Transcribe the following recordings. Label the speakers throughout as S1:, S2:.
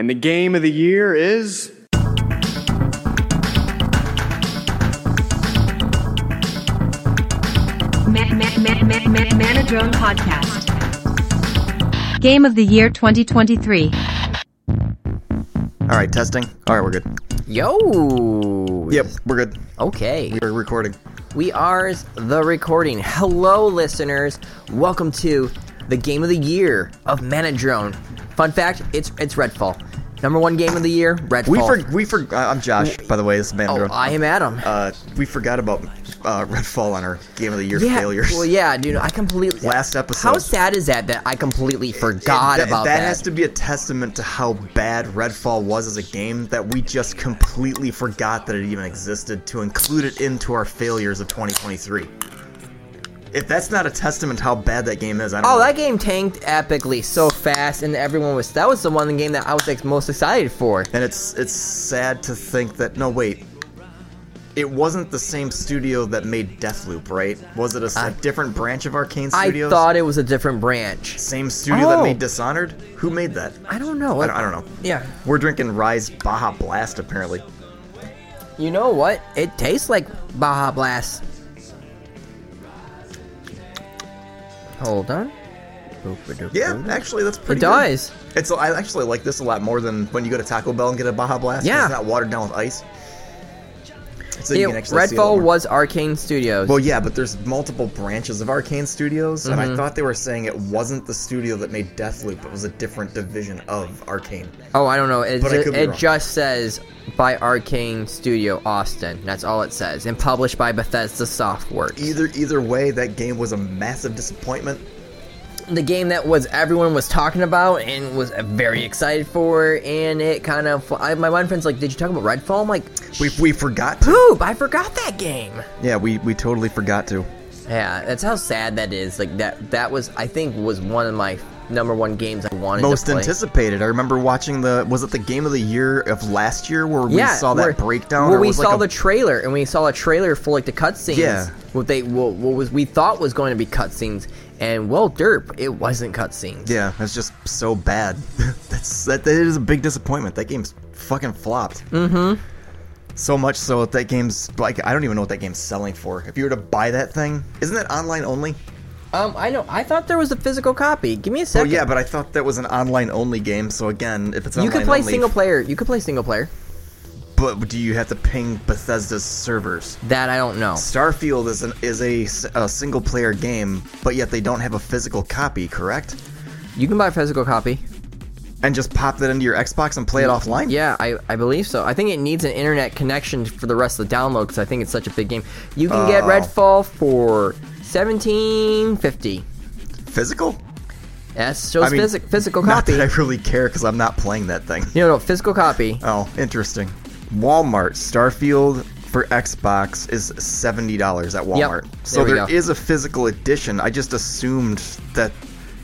S1: And the game of the year is.
S2: Man, man, man, man, man, Manadrone Podcast. Game of the Year 2023.
S3: All right, testing. All right, we're good.
S4: Yo.
S3: Yep, we're good.
S4: Okay.
S3: We're recording.
S4: We are the recording. Hello, listeners. Welcome to the game of the year of Manadrone. Fun fact: it's it's Redfall. Number one game of the year, Redfall.
S3: We for we for uh, I'm Josh, by the way. This is
S4: oh,
S3: Mandro.
S4: I am Adam.
S3: Uh, we forgot about uh, Redfall on our Game of the Year
S4: yeah.
S3: failures.
S4: Well, yeah, dude. I completely
S3: Last episode.
S4: How sad is that that I completely forgot
S3: that,
S4: about
S3: that
S4: that?
S3: has to be a testament to how bad Redfall was as a game that we just completely forgot that it even existed to include it into our failures of 2023. If that's not a testament to how bad that game is, I don't
S4: Oh,
S3: know.
S4: that game tanked epically so fast, and everyone was. That was the one game that I was like, most excited for.
S3: And it's it's sad to think that no wait, it wasn't the same studio that made Deathloop, right? Was it a, s- a different branch of Arcane Studios?
S4: I thought it was a different branch.
S3: same studio that
S4: Oh.
S3: made Dishonored. Who made that?
S4: I don't know.
S3: I don't, I don't know.
S4: Yeah.
S3: We're drinking Rise Baja Blast apparently.
S4: You know what? It tastes like Baja Blast. Hold on.
S3: Yeah, actually that's pretty.
S4: It does.
S3: Good. It's I actually like this a lot more than when you go to Taco Bell and get a Baja Blast. 'cause
S4: Yeah.
S3: it's not watered down with ice. So
S4: It-
S3: you can actually see a lot
S4: Redfall
S3: more.
S4: was Arcane Studios.
S3: Well, yeah, but there's multiple branches of Arcane Studios, and I thought they were saying it wasn't the studio that made Deathloop; it was a different division of Arcane.
S4: oh, I don't know. It,
S3: But I could
S4: it,
S3: be
S4: it
S3: wrong.
S4: just says by Arcane Studio Austin. That's all it says. And published by Bethesda Softworks.
S3: Either either way, that game was a massive disappointment.
S4: the game that was everyone was talking about and was very excited for, and it kind of. I, my one friend's like, "Did you talk about Redfall?" I'm like,
S3: We we forgot to.
S4: "Poop! I forgot that game."
S3: Yeah, we we totally forgot to.
S4: Yeah, that's how sad that is. Like that that was I think was one of my number one games I wanted
S3: Most
S4: to play.
S3: anticipated. I remember watching the was it the game of the year of last year where we
S4: yeah,
S3: saw
S4: where-
S3: that breakdown.
S4: Where
S3: or
S4: we
S3: was
S4: saw
S3: like a-
S4: the trailer, and we saw a trailer for like the cutscenes.
S3: Yeah.
S4: what they what, what was we thought was going to be cutscenes, and well, derp, it wasn't cutscenes.
S3: Yeah, that's just so bad. That's that, that is a big disappointment. That game's fucking flopped. Mm-hmm. So much so that that game's like I don't even know what that game's selling for. If you were to buy that thing, isn't that online only?
S4: Um, I know. I thought there was a physical copy. Give me a
S3: Oh
S4: second.
S3: yeah, but I thought that was an online only game. So again, if it's
S4: you
S3: online
S4: could play
S3: only,
S4: single player. You could play single player.
S3: but do you have to ping Bethesda's servers?
S4: That I don't know.
S3: Starfield is an, is a, s- a single player game, but yet they don't have a physical copy, correct?
S4: You can buy a physical copy.
S3: And just pop that into your Xbox and play it offline.
S4: Mm, Yeah, I, I believe so. I think it needs an internet connection for the rest of the download because I think it's such a big game. You can get
S3: Oh.
S4: Redfall for seventeen fifty.
S3: Physical?
S4: That's shows
S3: I mean,
S4: physic- physical
S3: Not
S4: copy.
S3: that I really care because I'm not playing that thing.
S4: No, no, physical copy.
S3: Oh, interesting. Walmart Starfield for Xbox is seventy dollars at Walmart. so
S4: There we
S3: there is
S4: go.
S3: a physical edition. I just assumed that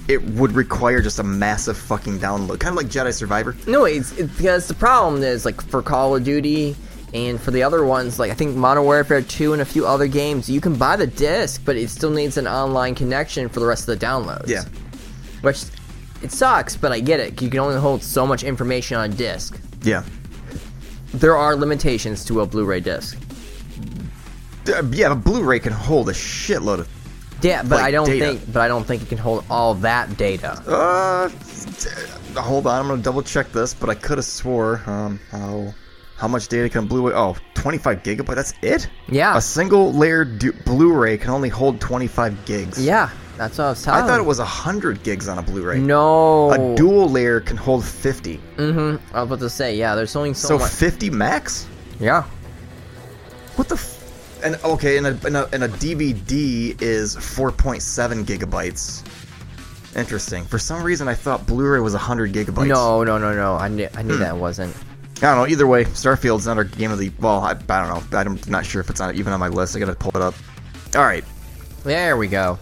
S3: it would require just a massive fucking download, kind of like Jedi Survivor.
S4: No, it's, it's because the problem is like for Call of Duty and for the other ones, like I think Modern Warfare 2 and a few other games, you can buy the disc, but it still needs an online connection for the rest of the downloads.
S3: Yeah.
S4: Which it sucks, but I get it. 'cause You can only hold so much information on a disc.
S3: Yeah,
S4: There are limitations to a Blu-ray disc.
S3: Uh, yeah. But Blu-ray can hold a shitload of.
S4: Yeah, but
S3: Like
S4: I don't
S3: data.
S4: think but I don't think it can hold all that data.
S3: Uh, d- hold on. I'm gonna double check this, but I could have swore um how how much data can Blu-ray? Oh, 25 gigabyte. That's it.
S4: Yeah.
S3: A single layer du- Blu-ray can only hold 25 gigs.
S4: Yeah, that's what I was telling.
S3: I thought it was 100 gigs on a Blu-ray.
S4: no.
S3: A dual layer can hold 50.
S4: Mm-hmm. I was about to say, yeah, there's only so,
S3: So
S4: much.
S3: 50 max?
S4: yeah.
S3: What the f- And okay, and a, and a, and a DVD is 4.7 gigabytes. Interesting. For some reason, I thought Blu-ray was 100 gigabytes.
S4: No, no, no, no. I knew, I
S3: Hmm.
S4: knew that wasn't.
S3: I don't know. Either way, Starfield's not our game of the... Well, I, I don't know. I'm not sure if it's on, even on my list. I gotta pull it up. All right.
S4: There we go.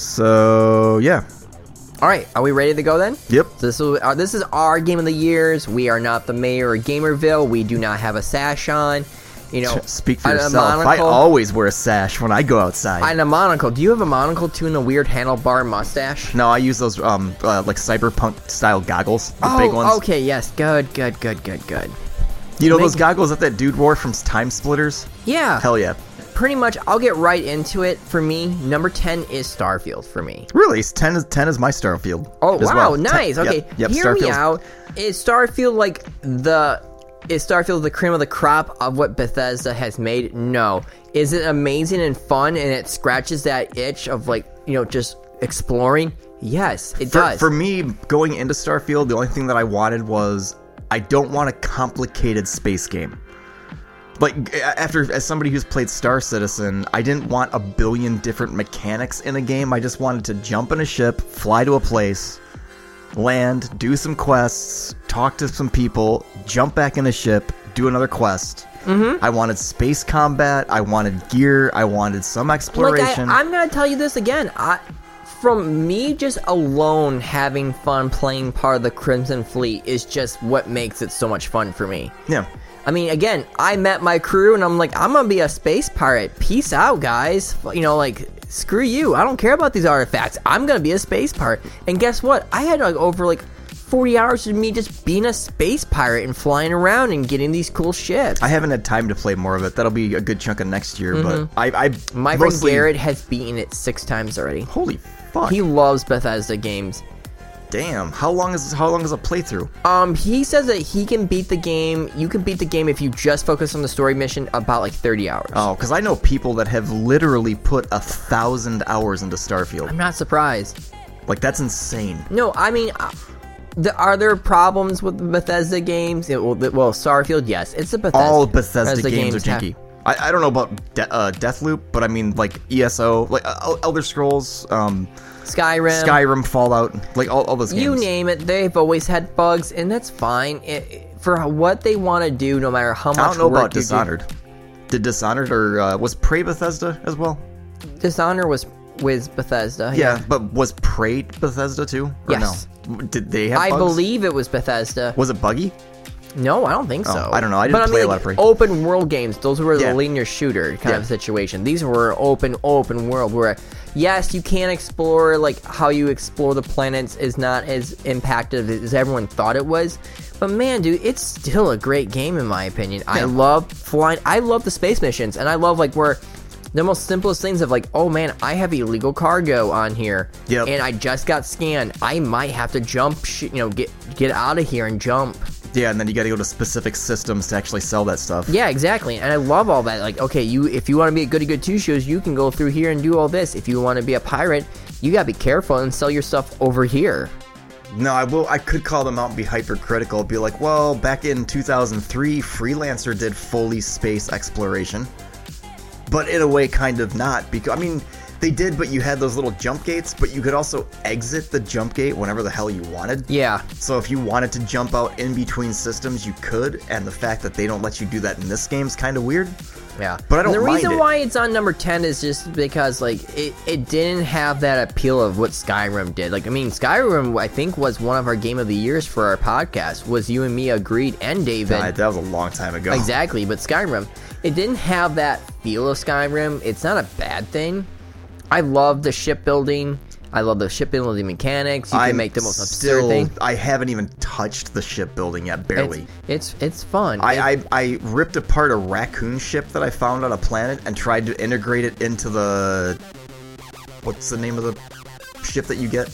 S3: So, yeah.
S4: All right, are we ready to go then?
S3: Yep.
S4: This is uh, this is our game of the years. We are not the mayor of Gamerville. We do not have a sash on. You know,
S3: Speak for
S4: on a
S3: yourself. I
S4: monocle-
S3: always wear a sash when I go outside.
S4: And a monocle. Do you have a monocle too and a weird handlebar mustache?
S3: no, I use those um uh, like cyberpunk style goggles, the
S4: oh,
S3: big ones.
S4: okay, yes. Good, good, good, good, good.
S3: You know those
S4: Make-
S3: goggles that that dude wore from Time Splitters?
S4: Yeah.
S3: Hell yeah.
S4: Pretty much, I'll get right into it. For me, number 10 is Starfield for me.
S3: Really, it's ten is ten is my Starfield.
S4: Oh,
S3: as
S4: wow,
S3: well. Ten-
S4: nice.
S3: yep,
S4: Okay,
S3: yep,
S4: hear me
S3: Starfield's-
S4: out. Is Starfield like the. Is Starfield the cream of the crop of what Bethesda has made? No. Is it amazing and fun and it scratches that itch of like, you know, just exploring? Yes, it
S3: For,
S4: does.
S3: for me, going into Starfield, the only thing that I wanted was I don't want a complicated space game. Like a- after, as somebody who's played Star Citizen, I didn't want a billion different mechanics in a game. I just wanted to jump in a ship, fly to a place, land, do some quests, talk to some people, jump back in a ship, do another quest. Mm-hmm. I wanted space combat. I wanted gear. I wanted some
S4: like
S3: exploration.
S4: I, I'm gonna tell you this again. I, from me just alone having fun playing part of the Crimson Fleet is just what makes it so much fun for me.
S3: yeah,
S4: I mean, again, I met my crew and I'm like, I'm gonna be a space pirate. Peace out, guys. F- You know, like, screw you. I don't care about these artifacts. I'm gonna be a space pirate. And guess what? I had like over like 40 hours of me just being a space pirate and flying around and getting these cool ships.
S3: I haven't had time to play more of it. That'll be a good chunk of next year, but I, I
S4: my friend
S3: mostly,
S4: Mm-hmm. Garrett has beaten it six times already.
S3: Holy fuck!
S4: He loves Bethesda games.
S3: Damn, how long is how long is a playthrough?
S4: Um, he says that he can beat the game. You can beat the game if you just focus on the story mission about like 30 hours.
S3: Oh, because I know people that have literally put a thousand hours into Starfield.
S4: I'm not surprised.
S3: Like that's insane.
S4: No, I mean, uh, the, are there problems with the Bethesda games? It, well, the- well, Starfield, yes, it's a Bethesda.
S3: All Bethesda, games, are
S4: have-
S3: janky. I, I don't know about De- uh, Deathloop, but I mean like ESO, like uh, El- Elder Scrolls, um,
S4: Skyrim,
S3: Skyrim, Fallout, like all, all those games.
S4: you name it, they've always had bugs, and that's fine. It, it- for what they want to do, no matter how much
S3: I don't know
S4: work
S3: about
S4: you do-
S3: Dishonored. Did Dishonored or uh, was Prey Bethesda as well?
S4: Dishonored was with Bethesda.
S3: Yeah, but was Prey Bethesda too? Or
S4: Yes.
S3: No? Did they have?
S4: I
S3: bugs?
S4: believe it was Bethesda.
S3: Was it buggy?
S4: No, I don't think so.
S3: Oh, I don't know. I
S4: but
S3: didn't
S4: I
S3: play a
S4: mean,
S3: lot of free.
S4: like, open world games. Those were
S3: Yeah.
S4: the linear shooter kind
S3: Yeah.
S4: of situation. These were open, open world where, yes, you can explore. Like how you explore the planets is not as impactive as everyone thought it was. But man, dude, it's still a great game in my opinion. I
S3: Yeah.
S4: love flying. I love the space missions, and I love like where. The most simplest things of like, oh man, I have illegal cargo on here,
S3: Yep.
S4: and I just got scanned. I might have to jump, sh- you know, get get out of here and jump.
S3: Yeah, and then you got to go to specific systems to actually sell that stuff.
S4: Yeah, exactly. And I love all that. Like, okay, you if you want to be a goody good two shoes, you can go through here and do all this. If you want to be a pirate, you gotta be careful and sell your stuff over here.
S3: No, I will. I could call them out and be hypercritical. Be like, well, back in 2003, Freelancer did fully space exploration, but in a way, kind of not. Because I mean, they did, but you had those little jump gates, but you could also exit the jump gate whenever the hell you wanted.
S4: Yeah.
S3: So if you wanted to jump out in between systems, you could. And the fact that they don't let you do that in this game is kind of weird.
S4: Yeah.
S3: But I don't
S4: the
S3: mind
S4: reason
S3: it.
S4: why it's on number ten is just because like it, it didn't have that appeal of what Skyrim did. Like I mean Skyrim I think was one of our game of the years for our podcast, was you and me agreed and David.
S3: God, that was a long time ago.
S4: Exactly, but Skyrim, it didn't have that feel of Skyrim. It's not a bad thing. I love the shipbuilding. I love the shipbuilding mechanics. You can
S3: I'm
S4: make the most
S3: still-
S4: absurd thing.
S3: I haven't even touched the shipbuilding yet,
S4: It's,
S3: barely.
S4: it's it's fun.
S3: I,
S4: It-
S3: I, I ripped apart a raccoon ship that I found on a planet and tried to integrate it into the. What's the name of the ship that you get?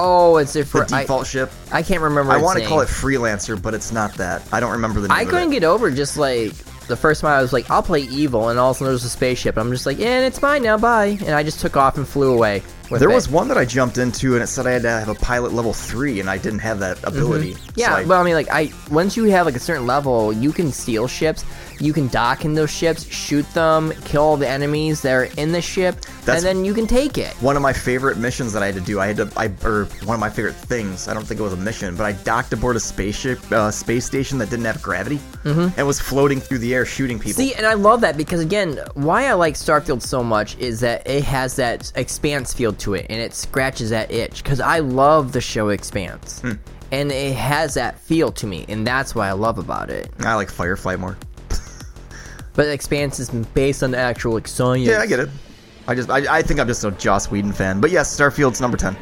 S4: oh, it's
S3: The
S4: different. I,
S3: default ship.
S4: I can't remember.
S3: I
S4: its
S3: want to call
S4: name.
S3: it Freelancer, but it's not that. I don't remember the name.
S4: I
S3: of
S4: couldn't
S3: it.
S4: get over just like the first time I was like, I'll play evil, and all of a sudden there's a spaceship. I'm just like, yeah, and it's mine now. Bye. And I just took off and flew away. with
S3: There
S4: it.
S3: was one that I jumped into and it said I had to have a pilot level three and I didn't have that ability.
S4: Mm-hmm. Yeah,
S3: so I-
S4: but I mean, like, I once you have like a certain level, you can steal ships, you can dock in those ships, shoot them, kill all the enemies that are in the ship,
S3: That's-
S4: and then you can take it.
S3: one of my favorite missions that I had to do. I had to, I or one of my favorite things. I don't think it was a mission, but I docked aboard a spaceship, uh, space station that didn't have gravity, and was floating through the air shooting people.
S4: Mm-hmm. See, and I love that because again, why I like Starfield so much is that it has that expanse feel to it, and it scratches that itch because I love the show Expanse,
S3: Hmm.
S4: and it has that feel to me, and that's what I love about it.
S3: I like Firefly more.
S4: But Expanse is based on the actual like, science.
S3: Yeah, I get it. I just I, I think I'm just a Joss Whedon fan. But yes, Starfield's number ten.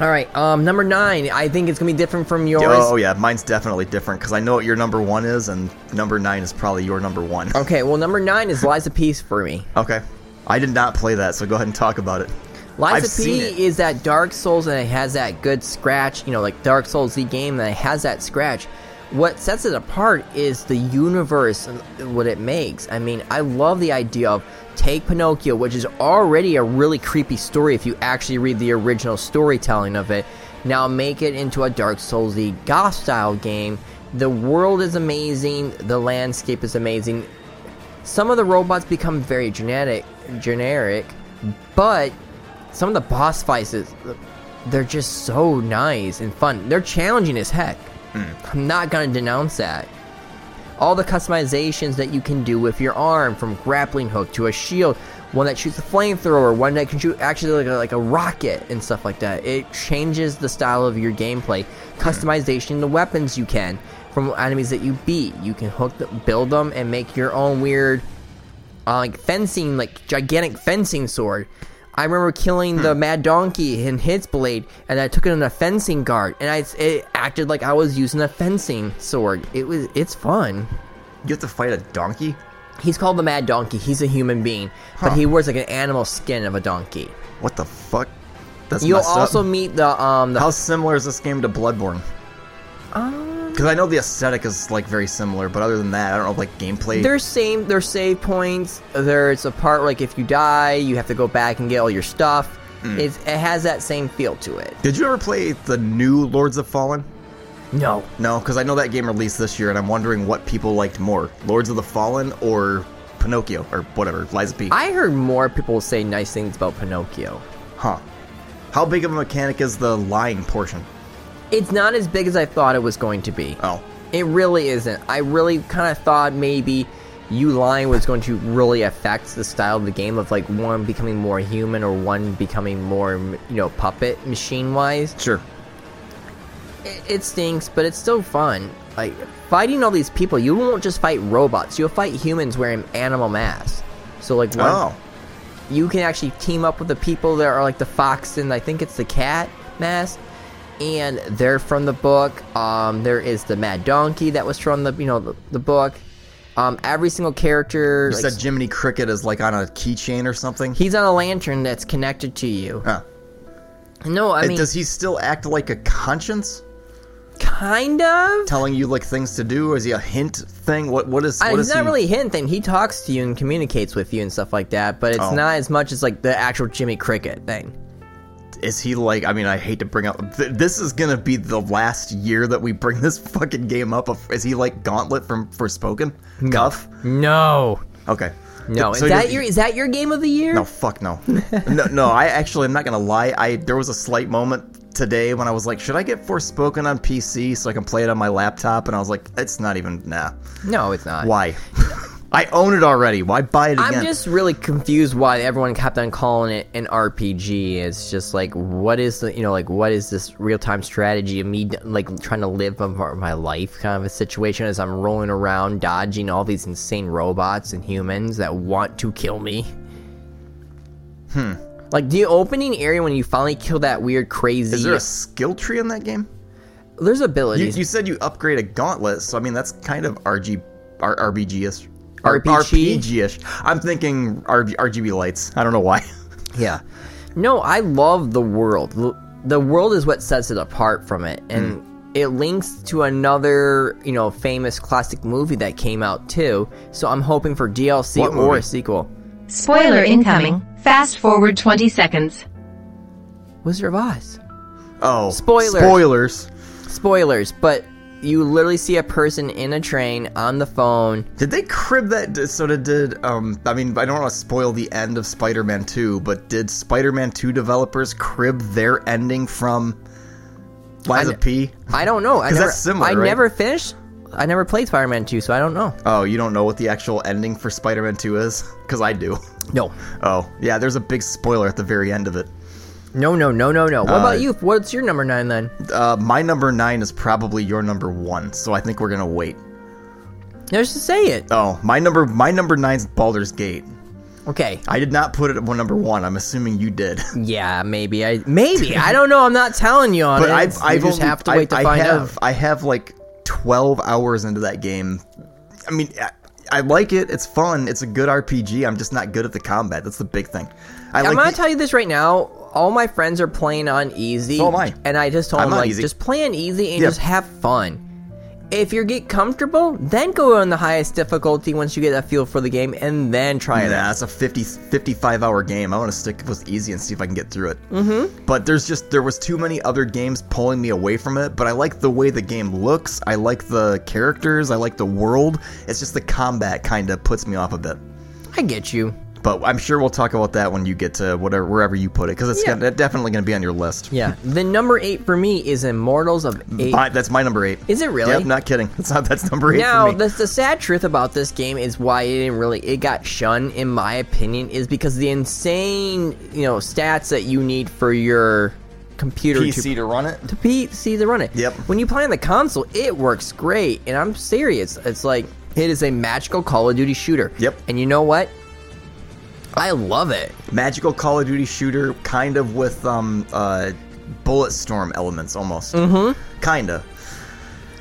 S4: All right, um, number nine. I think it's gonna be different from yours.
S3: Oh yeah, mine's definitely different because I know what your number one is, and number nine is probably your number one.
S4: Okay, well, number nine is Lies of Peace for me.
S3: Okay, I did not play that, so go ahead and talk about it. I've
S4: Lies of
S3: seen
S4: P
S3: it.
S4: is that Dark Souls and it has that good scratch, you know, like Dark Souls the game that it has that scratch. What sets it apart is the universe and what it makes. I mean, I love the idea of take Pinocchio, which is already a really creepy story if you actually read the original storytelling of it. Now make it into a Dark Soulsy goth style game. The world is amazing, the landscape is amazing, some of the robots become very generic, generic, but some of the boss fights, is- they're just so nice and fun. They're challenging as heck. I'm not gonna denounce that. All the customizations that you can do with your arm, from grappling hook to a shield, one that shoots a flamethrower, one that can shoot actually like a, like a rocket and stuff like that. It changes the style of your gameplay. Customization, the weapons you can from enemies that you beat, you can hook, the, build them, and make your own weird uh, like fencing, like gigantic fencing sword. I remember killing
S3: Hmm.
S4: the mad donkey in his blade, and I took it on a fencing guard, and I it acted like I was using a fencing sword. It was it's fun.
S3: You have to fight a donkey.
S4: He's called the mad donkey. He's a human being, but he wears like an animal skin of a donkey.
S3: What the fuck? That's
S4: You'll
S3: messed up.
S4: also meet the um the
S3: How similar is this game to Bloodborne?
S4: Um,
S3: Because I know the aesthetic is like very similar, but other than that, I don't know if, like gameplay.
S4: There's same there's save points. There's a part like if you die, you have to go back and get all your stuff.
S3: Hmm.
S4: It's, it has that same feel to it.
S3: Did you ever play the new Lords of Fallen?
S4: No,
S3: No, because I know that game released this year, and I'm wondering what people liked more: Lords of the Fallen or Pinocchio or whatever Lies of P.
S4: I heard more people say nice things about Pinocchio.
S3: Huh? How big of a mechanic is the lying portion?
S4: It's not as big as I thought it was going to be.
S3: Oh,
S4: It really isn't. I really kind of thought maybe you lying was going to really affect the style of the game of like one becoming more human or one becoming more you know puppet machine wise.
S3: sure.
S4: It, it stinks, but it's still fun. Like fighting all these people, you won't just fight robots. You'll fight humans wearing animal masks. So like one,
S3: Oh,
S4: you can actually team up with the people that are like the fox and I think it's the cat mask, and they're from the book. Um, there is the mad donkey that was from the you know the, the book. Um, every single character,
S3: you
S4: like,
S3: said Jiminy Cricket is like on a keychain or something.
S4: he's on a lantern that's connected to you.
S3: Huh.
S4: No, I
S3: And
S4: mean
S3: Uh, does he still act like a conscience,
S4: kind of.
S3: telling you like things to do? Or is he a hint thing? What what is?
S4: I-
S3: what
S4: he's
S3: is
S4: not
S3: he-
S4: really hinting. He talks to you and communicates with you and stuff like that, but it's
S3: Oh.
S4: not as much as like the actual Jimmy Cricket thing.
S3: Is he like? I mean, I hate to bring up. Th- this is gonna be the last year that we bring this fucking game up. Of, is he like Gauntlet from Forspoken? Guff?
S4: No,
S3: Okay.
S4: no.
S3: Th-
S4: is
S3: he
S4: that
S3: does-
S4: your is that your game of the year?
S3: No, fuck no. no, no. I actually, I'm not gonna lie. I there was a slight moment today when I was like, should I get Forspoken on PC so I can play it on my laptop? And I was like, it's not even. Nah.
S4: no, it's not.
S3: Why? I own it already. Why buy it again?
S4: I'm just really confused why everyone kept on calling it an RPG. It's just like, what is the, you know, like, what is this real time strategy of me, like, trying to live my- my life kind of a situation as I'm rolling around dodging all these insane robots and humans that want to kill me? Hmm. Like, the opening area when you finally kill that weird, crazy.
S3: Hmm. Is there a skill tree in that game?
S4: there's
S3: You,
S4: abilities.
S3: you said you upgrade a gauntlet, so I mean that's kind of RG, R, RBG-ish.
S4: RPG?
S3: RPG-ish. I'm thinking RG, RGB lights. I don't know why.
S4: Yeah. No, I love the world. L- The world is what sets it apart from it. And
S3: Mm.
S4: it links to another, you know, famous classic movie that came out too. So I'm hoping for DLC
S3: What
S4: or
S3: movie?
S4: a sequel.
S2: Spoiler incoming. Fast forward 20 seconds.
S4: Wizard of Oz.
S3: Oh,
S4: Spoilers.
S3: Spoilers.
S4: Spoilers, but you literally see a person in a train on the phone.
S3: Did they crib that? d- So did, did um. I mean, I don't want to spoil the end of Spider-Man 2, but did Spider-Man 2 developers crib their ending from Lies of P?
S4: I don't know. I
S3: 'Cause
S4: never,
S3: that's similar,
S4: I
S3: right?
S4: never finished. I never played Spider-Man 2, so I don't know.
S3: Oh, you don't know what the actual ending for Spider-Man 2 is? Because I do.
S4: No.
S3: Oh, yeah. There's a big spoiler at the very end of it.
S4: No, no, no, no, no. What about you? What's your number 9 then?
S3: Uh, my number nine is probably your number one, so I think we're gonna wait.
S4: Just to say it.
S3: Oh, my number my number nine's Baldur's Gate.
S4: Okay.
S3: I did not put it at number one. I'm assuming you did.
S4: Yeah, maybe I maybe I don't know. I'm not telling you on
S3: But
S4: it.
S3: I've,
S4: It's- you
S3: I've
S4: just
S3: only-
S4: have to
S3: I-
S4: wait to
S3: I
S4: find
S3: have,
S4: out.
S3: I have like 12 hours into that game. I mean, I, I like it. It's fun. It's a good RPG. I'm just not good at the combat. That's the big thing. I
S4: I'm
S3: like
S4: gonna
S3: the-
S4: tell you this right now. All my friends are playing on easy.
S3: So am I.
S4: And I just told
S3: I'm
S4: them
S3: on
S4: like,
S3: easy.
S4: just play on easy and
S3: Yeah.
S4: just have fun. If you get comfortable, then go on the highest difficulty once you get a feel for the game, and then try
S3: Yeah,
S4: it. out.
S3: that's a 50, 55 hour game. I want to stick with easy and see if I can get through it. Mm-hmm. But there's just there was too many other games pulling me away from it. But I like the way the game looks. I like the characters. I like the world. It's just the combat kind of puts me off a bit.
S4: I get you.
S3: But I'm sure we'll talk about that when you get to whatever wherever you put it because it's
S4: Yeah.
S3: gonna, definitely going to be on your list.
S4: Yeah. the number eight for me is Immortals of Eight.
S3: My- that's my number eight.
S4: Is it really?
S3: Yep, not kidding. That's not that's number eight
S4: Now,
S3: for me.
S4: the, the sad truth about this game is why it didn't really it got shunned, in my opinion, is because the insane you know stats that you need for your computer
S3: PC to run it.
S4: to PC to run it.
S3: Yep.
S4: When you play on the console, it works great, and I'm serious. It's like it is a magical Call of Duty shooter.
S3: Yep.
S4: And you know what? I love it.
S3: magical Call of Duty shooter, kind of with um uh, bullet storm elements almost. Mm-hmm. Kinda.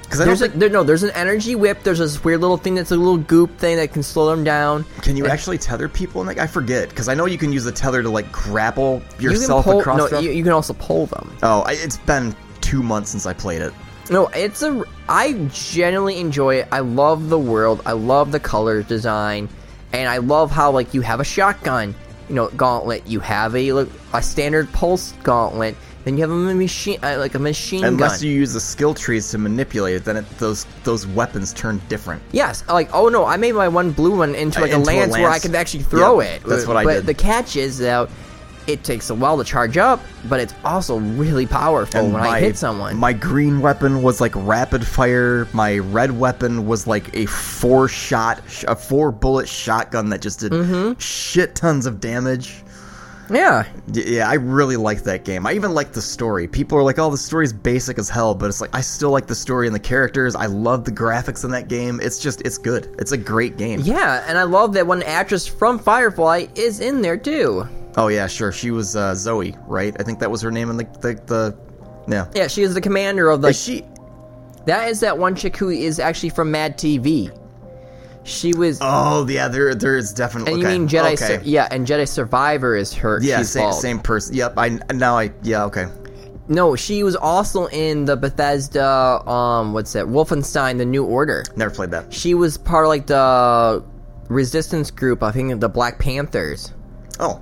S3: Because I don't
S4: There's a,
S3: think,
S4: there, no, there's an energy whip. There's this weird little thing that's a little goop thing that can slow them down.
S3: can you actually tether people? In that? I forget because I know you can use the tether to like grapple yourself
S4: you can pull,
S3: across.
S4: no,
S3: stuff.
S4: you, you can also pull them.
S3: oh, I, it's been two months since I played it.
S4: No, it's a. I genuinely enjoy it. I love the world. I love the color design, and I love how like you have a shotgun, you know, gauntlet. You have a like, a standard pulse gauntlet. Then you have a machine, uh, like a machine
S3: Unless
S4: gun.
S3: you use the skill trees to manipulate it, then it, those those weapons turn different.
S4: yes, like oh no, I made my one blue one into like
S3: Uh,
S4: a,
S3: into a
S4: lance where I
S3: lance.
S4: can actually throw
S3: Yep,
S4: it.
S3: that's what I
S4: but
S3: did.
S4: the catch is that it takes a while to charge up, but it's also really powerful when I hit someone.
S3: Oh, My green weapon was like rapid fire. My red weapon was like a four shot, a four bullet shotgun that just did
S4: Mm-hmm.
S3: shit tons of damage.
S4: yeah,
S3: Y- Yeah, I really liked that game. I even liked the story. People are like, "Oh, the story's basic as hell," but it's like I still like the story and the characters. I love the graphics in that game. It's just, it's good. It's a great game.
S4: yeah, and I love that one actress from Firefly is in there too.
S3: Oh yeah, sure. She was uh, Zoe, right? I think that was her name in the the, the yeah.
S4: Yeah, she is the commander of the.
S3: Is she?
S4: that is that one chick who is actually from Mad TV. She was.
S3: Oh yeah, there there is definitely.
S4: and
S3: okay.
S4: you mean Jedi?
S3: Okay.
S4: Sur- yeah, and Jedi Survivor is her.
S3: Yeah,
S4: she's
S3: same,
S4: bald.
S3: same person. Yep. I now I yeah okay.
S4: No, she was also in the Bethesda. Um, what's that? Wolfenstein: The New Order.
S3: Never played that.
S4: She was part of like the resistance group. I think the Black Panthers.
S3: Oh,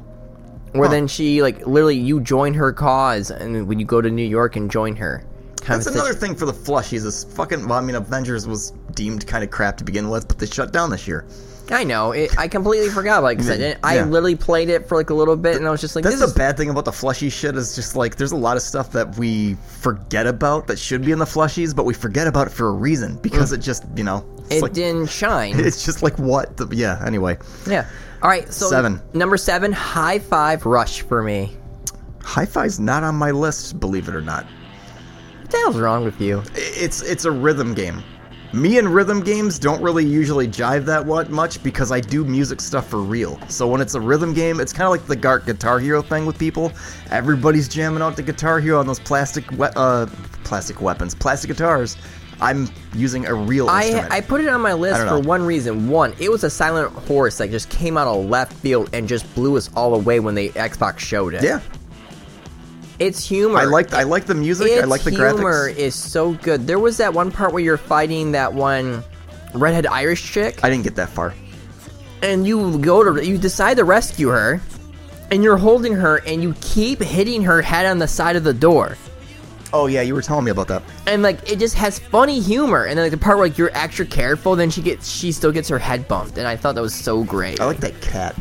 S4: Where
S3: Huh.
S4: then she like literally you join her cause, and when you go to New York and join her. Kind
S3: that's
S4: of situ-
S3: another thing for the flush. He's this fucking. Well, I mean, Avengers was deemed kind of crap to begin with, but they shut down this year.
S4: I know. It, I completely forgot. Like I said,
S3: Yeah.
S4: I literally played it for like a little bit, and I was just like,
S3: That's
S4: "This
S3: the
S4: is
S3: bad thing about the flushy shit is just like there's a lot of stuff that we forget about that should be in the flushies, but we forget about it for a reason because it just you know it's
S4: Mm. it
S3: like,
S4: didn't shine."
S3: It's just like what the yeah. Anyway,
S4: yeah. All right. So
S3: Seven.
S4: number seven, High Five Rush for me.
S3: hi-fi's not on my list, believe it or not.
S4: What the hell's wrong with you?
S3: it's it's a rhythm game. Me and rhythm games don't really usually jive that what much because I do music stuff for real. So when it's a rhythm game, it's kind of like the Gark Guitar Hero thing with people. Everybody's jamming out to Guitar Hero on those plastic we- uh plastic weapons, plastic guitars. I'm using a real
S4: I
S3: instrument.
S4: I put it on my list
S3: I don't
S4: for
S3: know.
S4: one reason. One, it was a silent horse that just came out of left field and just blew us all away when the Xbox showed it.
S3: yeah,
S4: It's humor.
S3: I like I like the music.
S4: Its
S3: I like the
S4: humor
S3: graphics.
S4: is so good. There was that one part where you're fighting that one redhead Irish chick.
S3: I didn't get that far.
S4: and you go to you decide to rescue her and you're holding her and you keep hitting her head on the side of the door
S3: Oh yeah, you were telling me about that.
S4: and like it just has funny humor and then like the part where like you're extra careful then she gets she still gets her head bumped and i thought that was so great
S3: I like that cat.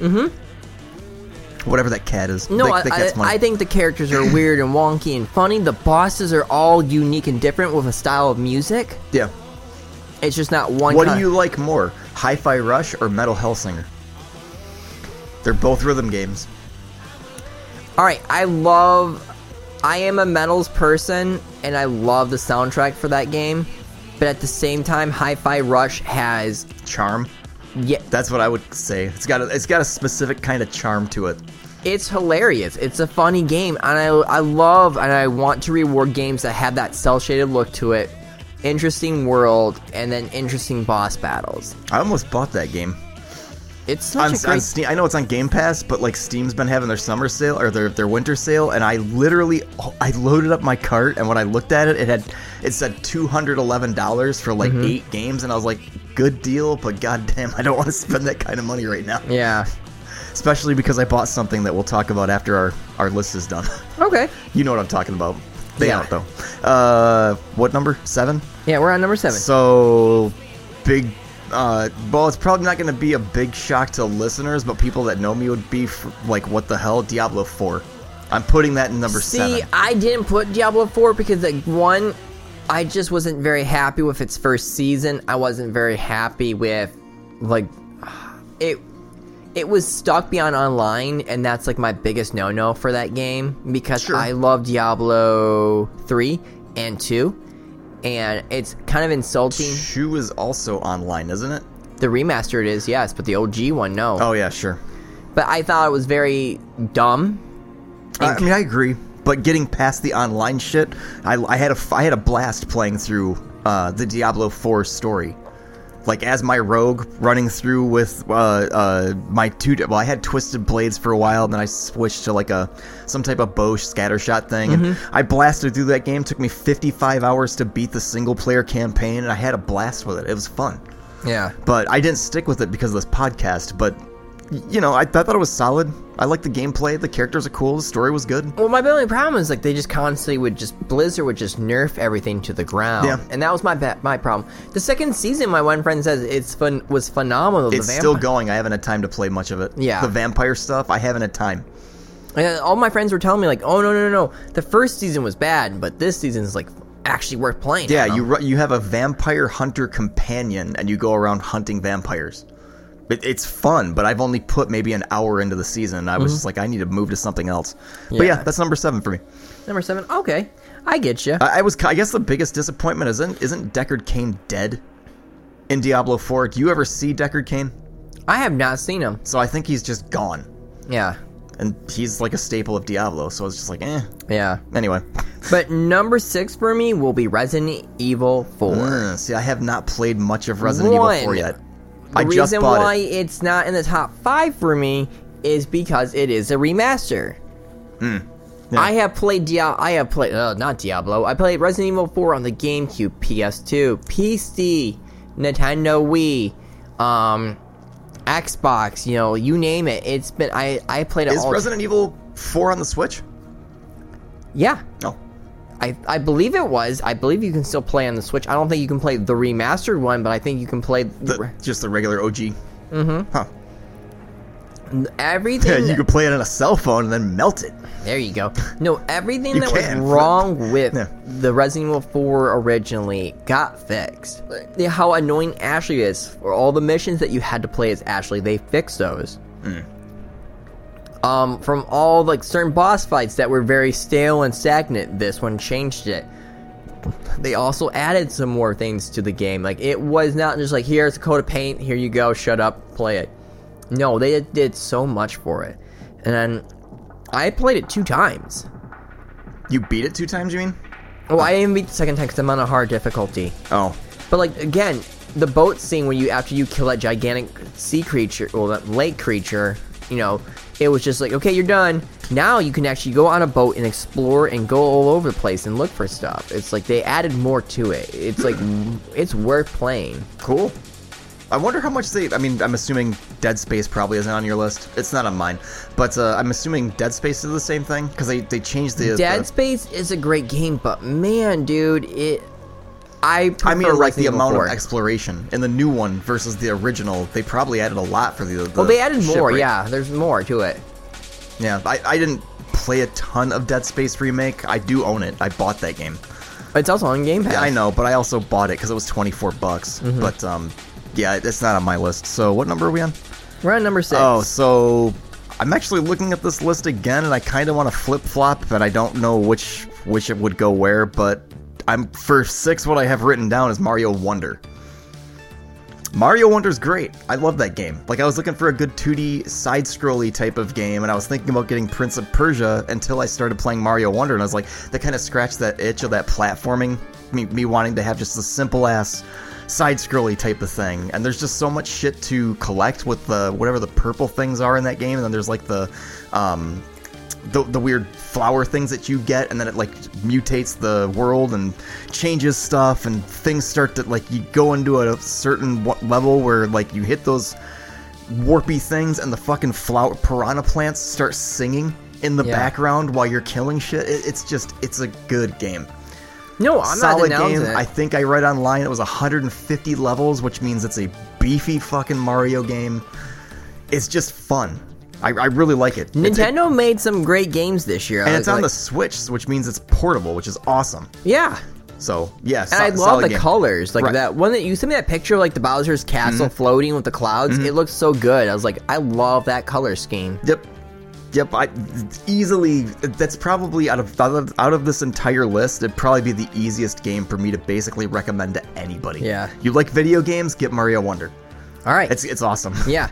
S3: Mm-hmm. Whatever that cat is.
S4: no
S3: that,
S4: I,
S3: that
S4: I,
S3: cat's funny.
S4: I think the characters are weird and wonky and funny the bosses are all unique and different with a style of music
S3: yeah.
S4: it's just not one
S3: What do
S4: kind-
S3: you like more, Hi-Fi Rush or Metal Hellsinger? They're both rhythm games.
S4: all right i love i am a metals person and i love the soundtrack for that game but at the same time, Hi-Fi Rush has
S3: Charm.
S4: yeah,
S3: That's what I would say. It's got a, it's got a specific kind of charm to it.
S4: it's hilarious. It's a funny game, and I I love and I want to reward games that have that cell shaded look to it, interesting world, and then interesting boss battles.
S3: I almost bought that game.
S4: It's such
S3: On,
S4: a
S3: on
S4: great
S3: Steam, I know it's on Game Pass, but like Steam's been having their summer sale or their their winter sale, and I literally I loaded up my cart, and when I looked at it, it had it said two hundred eleven dollars for like eight games, and I was like, good deal, but goddamn, I don't want to spend that kind of money right now,
S4: yeah.
S3: especially because I bought something that we'll talk about after our our list is done.
S4: Okay,
S3: you know what I'm talking about. They
S4: Yeah.
S3: don't though. Uh, what number? Seven.
S4: yeah, we're on number seven.
S3: So big. Uh, well, it's probably not going to be a big shock to listeners, but people that know me would be f- like, "What the hell, Diablo 4? I'm putting that in number
S4: See,
S3: seven.
S4: I didn't put Diablo 4 because, like, one, I just wasn't very happy with its first season. I wasn't very happy with, like, it. It was stuck beyond online, and that's like my biggest no-no for that game because
S3: Sure.
S4: I love Diablo three and two, and it's kind of insulting.
S3: Shu is also online, isn't it?
S4: The remastered is yes, but the OG one no.
S3: Oh yeah, sure.
S4: But I thought it was very dumb
S3: I, I mean, I agree, but getting past the online shit, I, I had a f- I had a blast playing through uh, the Diablo 4 story. Like as my rogue running through with uh, uh, my two. Well, I had twisted blades for a while, and then I switched to like a some type of bow scattershot thing. And I blasted through that game. Took me 55 hours to beat the single player campaign, and I had a blast with it. It was fun
S4: Yeah.
S3: but I didn't stick with it because of this podcast. But y- you know, I, I thought it was solid. I liked the gameplay. The characters are cool. The story was good.
S4: Well, my only problem is like they just constantly would just Blizzard would just nerf everything to the ground,
S3: Yeah.
S4: and that was my ba- my problem. The second season, my one friend says it's fun was phenomenal.
S3: It's
S4: the
S3: still
S4: vampire-
S3: going. I haven't had time to play much of it.
S4: Yeah.
S3: the vampire stuff. I haven't had time.
S4: And all my friends were telling me like, oh no no no no, the first season was bad, but this season is like actually worth playing. I
S3: Yeah,
S4: don't
S3: you
S4: know.
S3: ru- you have a vampire hunter companion, and you go around hunting vampires. It, it's fun, but I've only put maybe an hour into the season. And I was just like, I need to move to something else. But
S4: Mm-hmm. Yeah.
S3: yeah, that's number seven for me.
S4: number seven. Okay, I get you.
S3: I, I was. I guess the biggest disappointment isn't isn't Deckard Cain dead in Diablo Four. Do you ever see Deckard Cain?
S4: I have not seen him.
S3: So I think he's just gone.
S4: Yeah,
S3: And he's like a staple of Diablo, so it's just like, eh.
S4: yeah.
S3: Anyway.
S4: But number six for me will be Resident Evil Four.
S3: Mm, see, I have not played much of Resident
S4: One.
S3: Evil 4 yet.
S4: The
S3: I just
S4: reason
S3: bought
S4: why
S3: it.
S4: it's not in the top five for me is because it is a remaster.
S3: Hmm. Yeah.
S4: I have played Diablo. I have played uh, not Diablo. I played Resident Evil 4 on the GameCube, PS2, PC, Nintendo Wii, um, Xbox. You know, you name it. It's been I I played it
S3: Is
S4: all.
S3: Resident Evil 4 on the Switch?
S4: yeah,
S3: No.
S4: I I believe it was. I believe you can still play on the Switch. I don't think you can play the remastered one, but I think you can play
S3: The, just the regular OG. Mm-hmm. Huh. Yeah,
S4: everything.
S3: you could play it on a cell phone and then melt it.
S4: There you go. No, everything
S3: You
S4: that
S3: can.
S4: was wrong with
S3: Yeah.
S4: the Resident Evil 4 originally got fixed. Yeah, How annoying Ashley is for all the missions that you had to play as Ashley, they fixed those. Um, from all like certain boss fights that were very stale and stagnant, this one changed it. They also added some more things to the game. Like it was not just like here's a coat of paint, here you go, shut up, play it. No, they did so much for it, and I played it two times.
S3: You beat it two times, you mean?
S4: Well, I didn't beat the second time because I'm on a hard difficulty.
S3: Oh.
S4: But like again, the boat scene when you after you kill that gigantic sea creature, well, that lake creature, you know, it was just like okay, you're done. Now you can actually go on a boat and explore and go all over the place and look for stuff. It's like they added more to it. It's like it's worth playing.
S3: Cool. I wonder how much they. I mean, I'm assuming Dead Space probably isn't on your list. It's not on mine, but uh, I'm assuming Dead Space is the same thing because they, they changed the.
S4: Dead
S3: the-
S4: Space is a great game, but man, dude, it. I
S3: I mean,
S4: prefer
S3: like the
S4: Resident Evil
S3: amount
S4: 4.
S3: of exploration in the new one versus the original. They probably added a lot for the. the
S4: well, they added
S3: ship
S4: more.
S3: rate.
S4: Yeah, there's more to it.
S3: yeah. I, I didn't play a ton of Dead Space remake. I do own it. I bought that game.
S4: It's also on Game Pass.
S3: Yeah, I know, but I also bought it because it was 24 bucks. But um, yeah, it's not on my list. So what number are we on?
S4: We're on number six.
S3: Oh, so I'm actually looking at this list again, and I kind of want to flip flop, but I don't know which which it would go where. But I'm for six. What I have written down is Mario Wonder. Mario Wonder's great. I love that game. Like I was looking for a good 2D side-scrolly type of game, and I was thinking about getting Prince of Persia until I started playing Mario Wonder, and I was like, that kind of scratched that itch of that platforming, me, me wanting to have just a simple ass side-scrolly type of thing. And there's just so much shit to collect with the whatever the purple things are in that game, and then there's like the um, the, the weird flower things that you get and then it like mutates the world and changes stuff and things start to like you go into a certain level where like you hit those warpy things and the fucking flower piranha plants start singing in the
S4: Yeah.
S3: background while you're killing shit it, it's just it's a good game
S4: No, I'm not
S3: solid
S4: denouncing
S3: game
S4: it.
S3: i think i read online it was 150 levels which means it's a beefy fucking mario game it's just fun i, I really like it It's- it-
S4: Nintendo made some great games this year.
S3: and
S4: Like-
S3: it's on the
S4: like-
S3: Switch, which means it's portable, which is awesome.
S4: yeah.
S3: So yeah, so-
S4: And I love
S3: solid
S4: the
S3: game.
S4: colors, like
S3: Right. Mm-hmm.
S4: that one that you sent me that picture of like the Bowser's castle floating with the clouds. It looks so good. I was like, I love that color scheme.
S3: Yep, yep. I easily. That's probably out of out of out of this entire list, it'd probably be the easiest game for me to basically recommend to anybody.
S4: Yeah.
S3: you like video games? Get Mario Wonder.
S4: All right,
S3: It's it's awesome.
S4: yeah.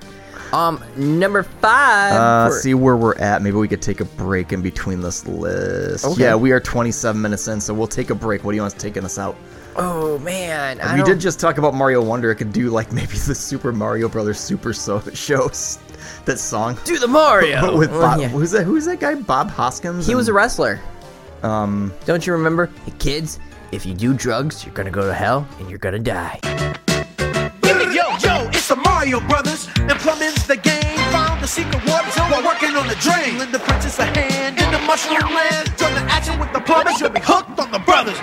S4: Um, number five.
S3: Uh,
S4: for-
S3: see where we're at. Maybe we could take a break in between this list.
S4: Okay.
S3: Yeah, we are 27 minutes in, so we'll take a break. What do you want us taking us out?
S4: oh man, I
S3: we
S4: don't-
S3: did just talk about Mario Wonder. It could do like maybe the Super Mario Brothers Super so- Shows that song.
S4: do the Mario
S3: But with
S4: Oh,
S3: Bob,
S4: yeah.
S3: who's that? Who's that guy? Bob Hoskins.
S4: He was a
S3: And-
S4: wrestler.
S3: um.
S4: Don't you remember? Hey, kids, if you do drugs, you're gonna go to hell and you're gonna die.
S5: Yo, yo, it's the Mario Brothers. The plumbing's the game. Found the secret water zone while working on the drain. Lend the princess a hand in the mushroom land. Join the action with the plumbers. You'll be hooked on the brothers.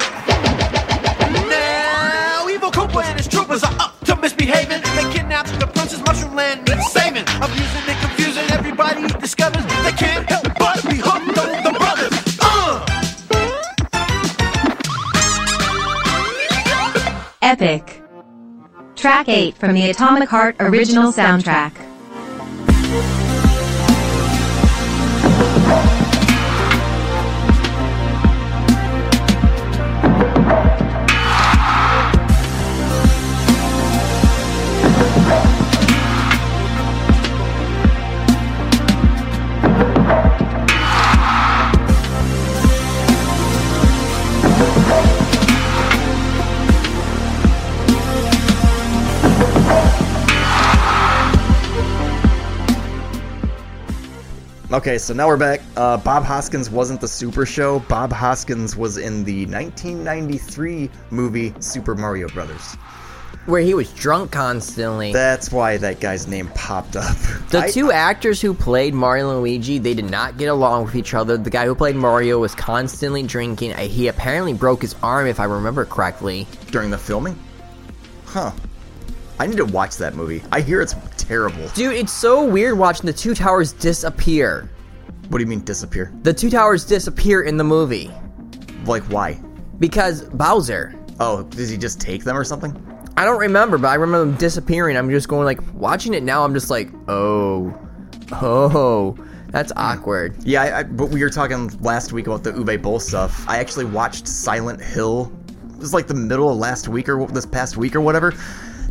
S5: Now, evil Koopa and his troopers are up to misbehaving. They kidnapped the princess. Mushroom land needs saving. Abusing and confusing. Everybody discovers they can't help but be hooked on the brothers. Uh!
S2: Epic. Track 8 from the Atomic Heart original soundtrack.
S3: Okay, so now we're back. Uh, Bob Hoskins wasn't the Super Show. Bob Hoskins was in the 1993 movie Super Mario Brothers.
S4: Where he was drunk constantly.
S3: That's why that guy's name popped up.
S4: The
S3: I-
S4: two actors who played Mario and Luigi, they did not get along with each other. The guy who played Mario was constantly drinking. Uh, He apparently broke his arm, if I remember correctly.
S3: during the filming. Huh. I need to watch that movie. I hear it's terrible.
S4: Dude, it's so weird watching the two towers disappear.
S3: What do you mean disappear?
S4: The two towers disappear in the movie
S3: Like why?
S4: because Bowser.
S3: Oh, does he just take them or something?
S4: I don't remember, but I remember them disappearing. I'm just going like watching it now. I'm just like, oh, oh, that's awkward.
S3: Yeah, I, I, but we were talking last week about the Ube Bowl stuff. I actually watched Silent Hill. It was like the middle of last week or this past week or whatever.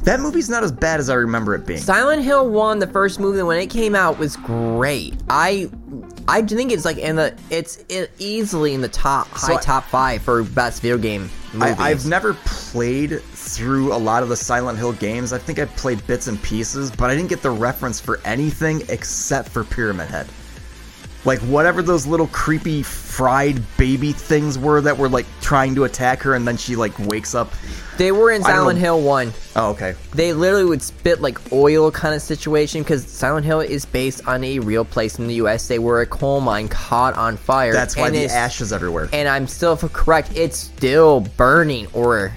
S3: That movie's not as bad as I remember it being.
S4: Silent Hill One, the first movie when it came out was great. I, I think it's like in the it's i easily in the top high
S3: I-
S4: top five for best video game movies.
S3: I, I've never played through a lot of the Silent Hill games. I think I played bits and pieces, but I didn't get the reference for anything except for Pyramid Head. Like whatever those little creepy fried baby things were that were like trying to attack her, and then she like wakes up.
S4: they were in
S3: I don't
S4: Silent
S3: know.
S4: Hill One.
S3: Oh, okay.
S4: They literally would spit like oil kind of situation because Silent Hill is based on a real place in the U.S.A. where a coal mine caught on fire.
S3: That's why
S4: and
S3: the
S4: it's-
S3: ashes everywhere.
S4: and I'm still if correct, it's still burning or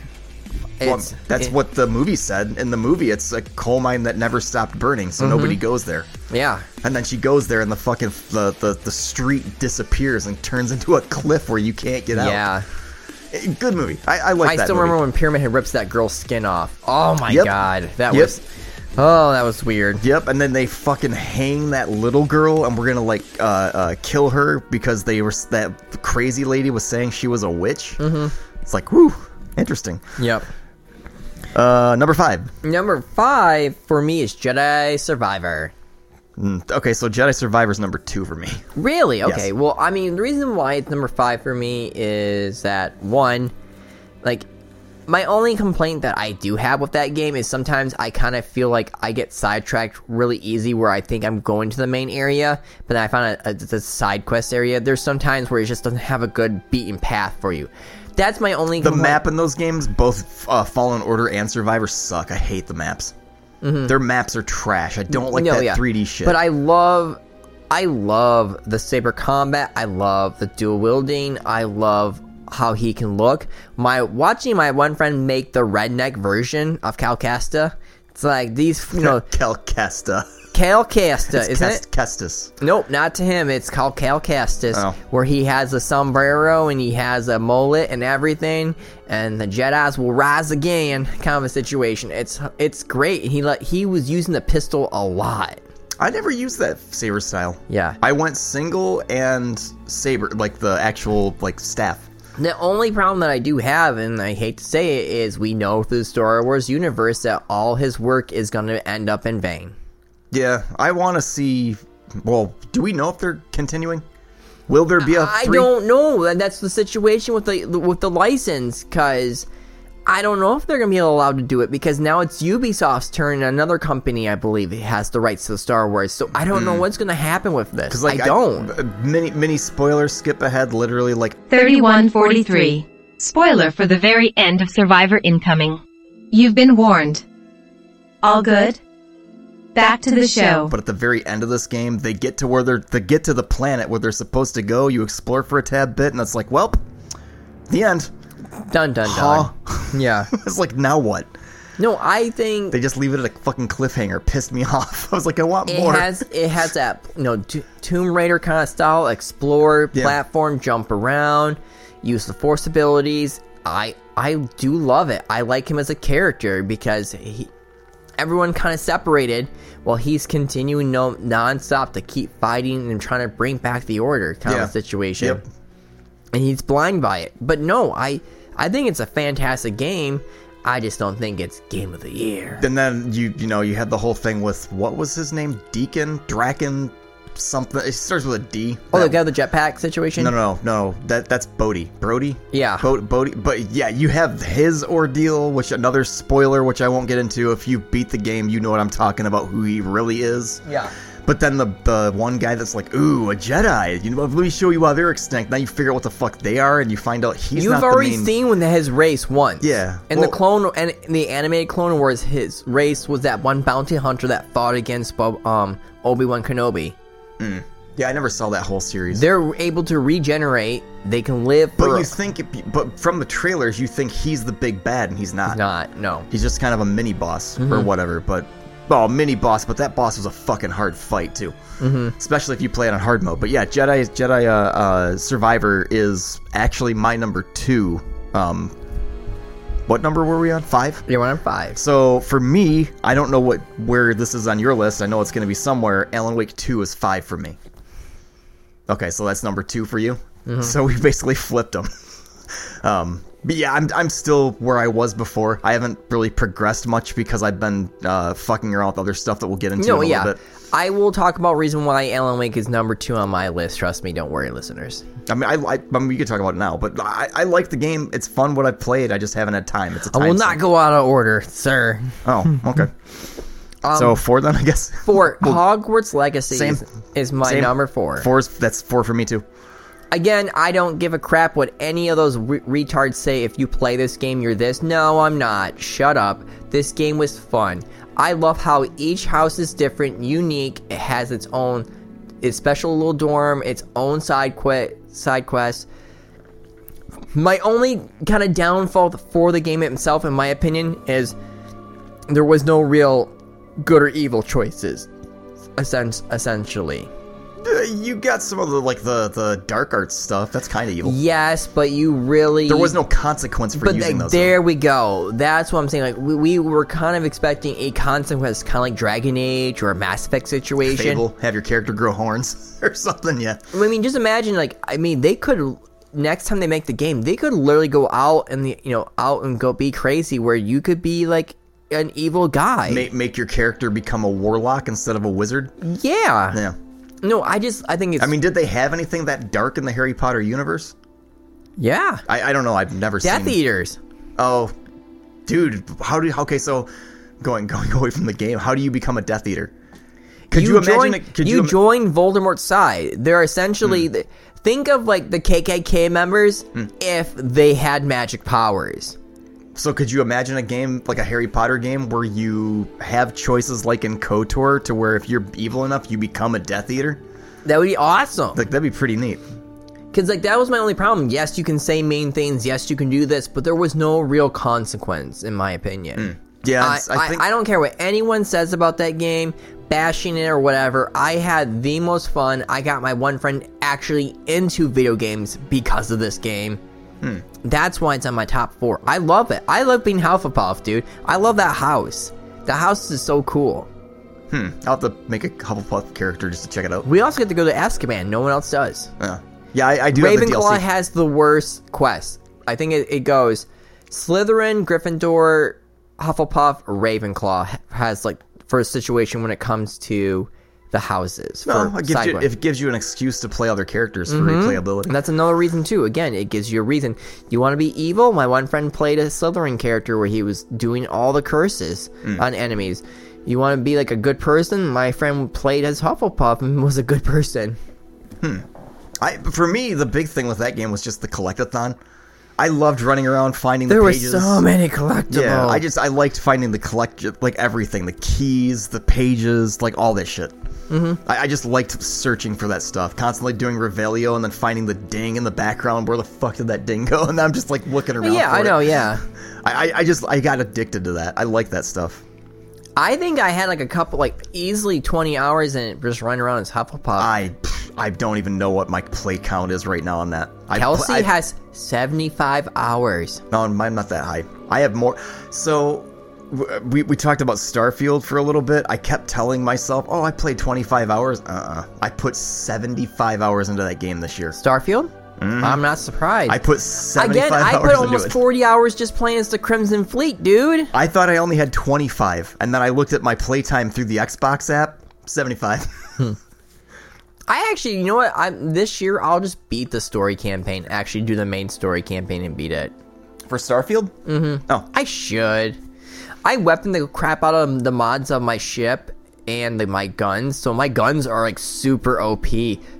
S3: Well,
S4: it's
S3: that's
S4: it-
S3: what the movie said. In the movie, it's a coal mine that never stopped burning, so
S4: Mm-hmm.
S3: nobody goes there.
S4: yeah.
S3: And then she goes there, and the fucking the, the the street disappears and turns into a cliff where you can't get out.
S4: Yeah.
S3: Eh, good movie. I, I like
S4: I
S3: that.
S4: still
S3: movie.
S4: remember when Pyramid Head rips that girl's skin off. Oh my
S3: Yep.
S4: god. That
S3: Yep.
S4: was Oh, that was weird.
S3: Yep, and then they fucking hang that little girl, and we're gonna like uh, uh, kill her because they were that crazy lady was saying she was a witch. Mm-hmm. It's like, whew, interesting.
S4: Yep.
S3: Uh, number five.
S4: Number five for me is Jedi Survivor.
S3: Mm, Okay, so Jedi Survivor's number two for me.
S4: Really? Okay.
S3: Yes.
S4: Well, I mean, the reason why it's number five for me is that one, like, my only complaint that I do have with that game is sometimes I kind of feel like I get sidetracked really easy where I think I'm going to the main area, but then I find a, a, it's a side quest area. There's some times where it just doesn't have a good beaten path for you. That's my only
S3: The
S4: compli-
S3: map in those games, both uh, Fallen Order and Survivor, suck. I hate the maps. Their maps are trash. I don't like that 3D shit.
S4: Mm-hmm. But I love, I love the saber combat. I love the dual wielding. I love how he can look. My watching my one friend make the redneck version of Calcasta. It's like these, you know,
S3: Calcasta.
S4: Calcasta, isn't it?
S3: Kestis.
S4: Nope, not to him. It's called Cal Kestis,
S3: Oh.
S4: where he has a sombrero and he has a mullet and everything, and the Jedi's will rise again, kind of a situation. It's it's great. He let he was using the pistol a lot.
S3: I never used that saber style.
S4: Yeah.
S3: I went single and saber, like the actual like staff.
S4: The only problem that I do have, and I hate to say it, is we know through the Star Wars universe that all his work is going to end up in vain.
S3: Yeah, I want to see. Well, do we know if they're continuing? Will there be a
S4: I
S3: three?
S4: don't know, and that's the situation with the with the license, because I don't know if they're going to be allowed to do it because now it's Ubisoft's turn, and another company I believe has the rights to the Star Wars. So I don't know what's going to happen with this.
S3: Hmm. 'Cause, like, uh,
S4: I don't.
S3: many many spoilers skip ahead. Literally, like
S2: 3143. Spoiler for the very end of Survivor incoming. You've been warned. All good? Back to the show.
S3: But at the very end of this game, they get to where they're they get to the planet where they're supposed to go. You explore for a tad bit, and it's like, well, the end.
S4: dun dun dun.
S3: Huh?
S4: Yeah.
S3: it's like now what?
S4: No, I think
S3: They just leave it at a fucking cliffhanger. Pissed me off. I was like, I want
S4: it
S3: more.
S4: has it has that you know t- Tomb Raider kind of style explore
S3: Yeah.
S4: platform jump around use the force abilities I I do love it I like him as a character because he everyone kind of separated while he's continuing no nonstop to keep fighting and trying to bring back the order kind
S3: Yeah.
S4: of situation
S3: Yep.
S4: and he's blind by it but no I I think it's a fantastic game I just don't think it's game of the year
S3: And then you you know you had the whole thing with what was his name? Deacon Draken something. It starts with a D.
S4: oh the
S3: That-
S4: guy with the jetpack situation
S3: No, no, no, no. That that's Bodhi. Brody.
S4: Yeah.
S3: Bo- Bodhi. But yeah, you have his ordeal, which another spoiler, which I won't get into. If you beat the game, you know what I'm talking about. Who he really is.
S4: Yeah.
S3: But then the the one guy that's like, ooh, a Jedi. You know, let me show you why they're extinct. Now you figure out what the fuck they are, and you find out he's
S4: You've
S3: not
S4: already
S3: the main...
S4: seen when his race once.
S3: Yeah,
S4: And
S3: well-
S4: the clone and in the animated Clone Wars, his race was that one bounty hunter that fought against Bob, um Obi Wan Kenobi.
S3: Yeah, I never saw that whole series.
S4: They're able to regenerate. They can live.
S3: but
S4: for-
S3: you think, it- but from the trailers, you think he's the big bad, and he's not.
S4: not no.
S3: He's just kind of a mini boss or whatever, but well, mini boss. But that boss was a fucking hard fight too, mm-hmm. especially if you play it on hard mode. But yeah, Jedi Jedi uh, uh, Survivor is actually my number two. Um, what number were we on? Five.
S4: You're one on five.
S3: So for me, I don't know what where this is on your list. I know it's going to be somewhere. Alan Wake Two is five for me. Okay, so that's number two for you.
S4: Mm-hmm.
S3: So we basically flipped them. um, but yeah, I'm I'm still where I was before. I haven't really progressed much because I've been uh, fucking around with other stuff that we'll get into in
S4: No,
S3: a little
S4: yeah.
S3: bit.
S4: I will talk about reason why Alan Wake is number two on my list. Trust me, don't worry, listeners.
S3: I mean, I, I, I mean, we could talk about it now, but I, I like the game. It's fun what I've played. I just haven't had time. It's a
S4: I
S3: time
S4: will not
S3: sink.
S4: go out of order, sir.
S3: Oh, okay. so four then, I guess.
S4: Um, Four Hogwarts Legacy
S3: Same.
S4: is, is my
S3: Same.
S4: number four.
S3: Four's that's four for me too.
S4: Again, I don't give a crap what any of those re- retards say. If you play this game, you're this. No, I'm not. Shut up. This game was fun. I love how each house is different, unique. It has its own, its special little dorm, its own side quest. Side quest. My only kind of downfall for the game itself, in my opinion, is there was no real good or evil choices. essen- Essentially.
S3: Uh, You got some of the like the the dark arts stuff. That's kind of evil.
S4: Yes, but you really
S3: There was no consequence for
S4: But
S3: using
S4: like,
S3: those.
S4: there we go. That's what I'm saying. Like we, we were kind of expecting a consequence, kind of like Dragon Age or a Mass Effect situation.
S3: Fable, have your character grow horns or something. Yeah,
S4: I mean, just imagine. Like I mean, they could. next time they make the game, they could literally go out and the you know out and go be crazy, where you could be like an evil guy.
S3: Make, make your character become a warlock instead of a wizard.
S4: yeah.
S3: Yeah.
S4: No, I just I think it's.
S3: I mean, did they have anything that dark in the Harry Potter universe?
S4: yeah.
S3: I, I don't know. I've never
S4: Death
S3: seen.
S4: Eaters.
S3: Oh, dude, how do? Okay, so going going away from the game, how do you become a Death Eater? Could you, imagine?
S4: join,
S3: it, could
S4: you,
S3: you, im- Hmm.
S4: join Voldemort's side? They're essentially the, think of like the KKK members if they had magic powers.
S3: So could you imagine a game like a Harry Potter game where you have choices like in KOTOR to where if you're evil enough you become a Death Eater?
S4: That would be awesome.
S3: Like that'd be pretty neat.
S4: Because like that was my only problem. Yes, you can say mean things. Yes, you can do this, but there was no real consequence, in my opinion.
S3: Hmm. Yeah,
S4: I,
S3: it's-
S4: I,
S3: I think-
S4: I don't care what anyone says about that game, bashing it or whatever. I had the most fun. I got my one friend actually into video games because of this game.
S3: Hmm.
S4: That's why it's on my top four. I love it. I love being Hufflepuff, dude. I love that house. The house is so cool.
S3: I'll have to make a Hufflepuff character just to check it out.
S4: We also get to go to Azkaban. No one else does.
S3: Yeah, yeah, I, I do have the
S4: Ravenclaw
S3: DLC.
S4: has the worst quest. I think it, it goes Slytherin, Gryffindor, Hufflepuff, Ravenclaw has like for a situation when it comes to the houses.
S3: no,
S4: for
S3: it gives,
S4: side
S3: you,
S4: quest.
S3: it gives you an excuse to play other characters for replayability.
S4: and that's another reason too. Again, it gives you a reason. You want to be evil? My one friend played a Slytherin character where he was doing all the curses
S3: Mm.
S4: on enemies. You want to be like a good person? My friend played as Hufflepuff and was a good person.
S3: I, for me, the big thing with that game was just the collectathon. I loved running around finding
S4: There
S3: the
S4: were
S3: pages.
S4: so many collectibles.
S3: Yeah, I just I liked finding the collect like everything, the keys, the pages, like all this shit. Mm-hmm. I, I just liked searching for that stuff, constantly doing Revelio and then finding the ding in the background. Where the fuck did that ding go? And I'm just like looking around.
S4: yeah,
S3: for
S4: I
S3: it.
S4: know. Yeah.
S3: I, I I just I got addicted to that. I like that stuff.
S4: I think I had like a couple, like easily 20 hours in it just running around as Hufflepuff.
S3: I pff, I don't even know what my play count is right now on that. I pl-
S4: Kelsey
S3: I,
S4: has 75 hours.
S3: No, I'm not that high. I have more. So w- we, we talked about Starfield for a little bit. I kept telling myself, oh, I played 25 hours. Uh-uh. I put 75 hours into that game this year.
S4: Starfield? I'm not surprised.
S3: Mm-hmm. I put 75
S4: Again, I
S3: hours
S4: put almost
S3: into it.
S4: 40 hours just playing as the Crimson Fleet, dude.
S3: I thought I only had 25, and then I looked at my playtime through the Xbox app. 75.
S4: I actually, you know what? I'm this year I'll just beat the story campaign. Actually, do the main story campaign and beat it.
S3: For Starfield? Mm-hmm. Oh,
S4: I should. I weapon the crap out of the mods of my ship and the, my guns, so my guns are like super OP.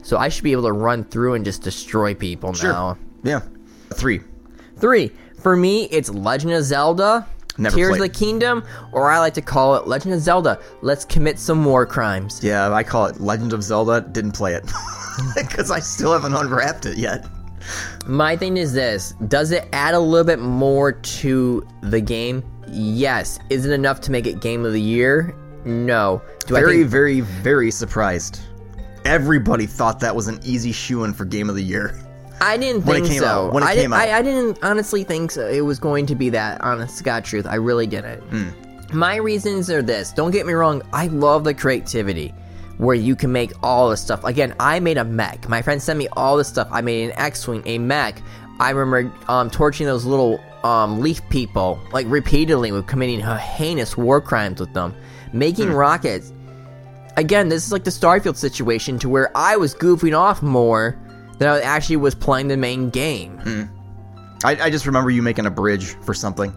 S4: So I should be able to run through and just destroy people
S3: sure.
S4: now.
S3: Yeah. Three.
S4: Three for me, it's Legend of Zelda,
S3: Never
S4: Tears
S3: played.
S4: of the Kingdom, or I like to call it Legend of Zelda. Let's commit some war crimes.
S3: Yeah, I call it Legend of Zelda. Didn't play it. Because I still haven't unwrapped it yet.
S4: My thing is this: Does it add a little bit more to the game? Yes. Is it enough to make it Game of the Year? No. Do I
S3: very,
S4: think
S3: very, very surprised. Everybody thought that was an easy shoe in for Game of the Year.
S4: I didn't think
S3: When it came
S4: so.
S3: out, when it
S4: I,
S3: came
S4: didn't,
S3: out.
S4: I, I didn't honestly think so. it was going to be that. Honest to God, truth, I really didn't.
S3: Hmm.
S4: My reasons are this. Don't get me wrong. I love the creativity where you can make all the stuff. Again, I made a mech. My friend sent me all the stuff. I made an X-wing, a mech. I remember um, torching those little um, leaf people like repeatedly with committing heinous war crimes with them,
S3: Hmm.
S4: making rockets again, this is like the Starfield situation to where I was goofing off more than I actually was playing the main game.
S3: Hmm. I, I just remember you making a bridge for something.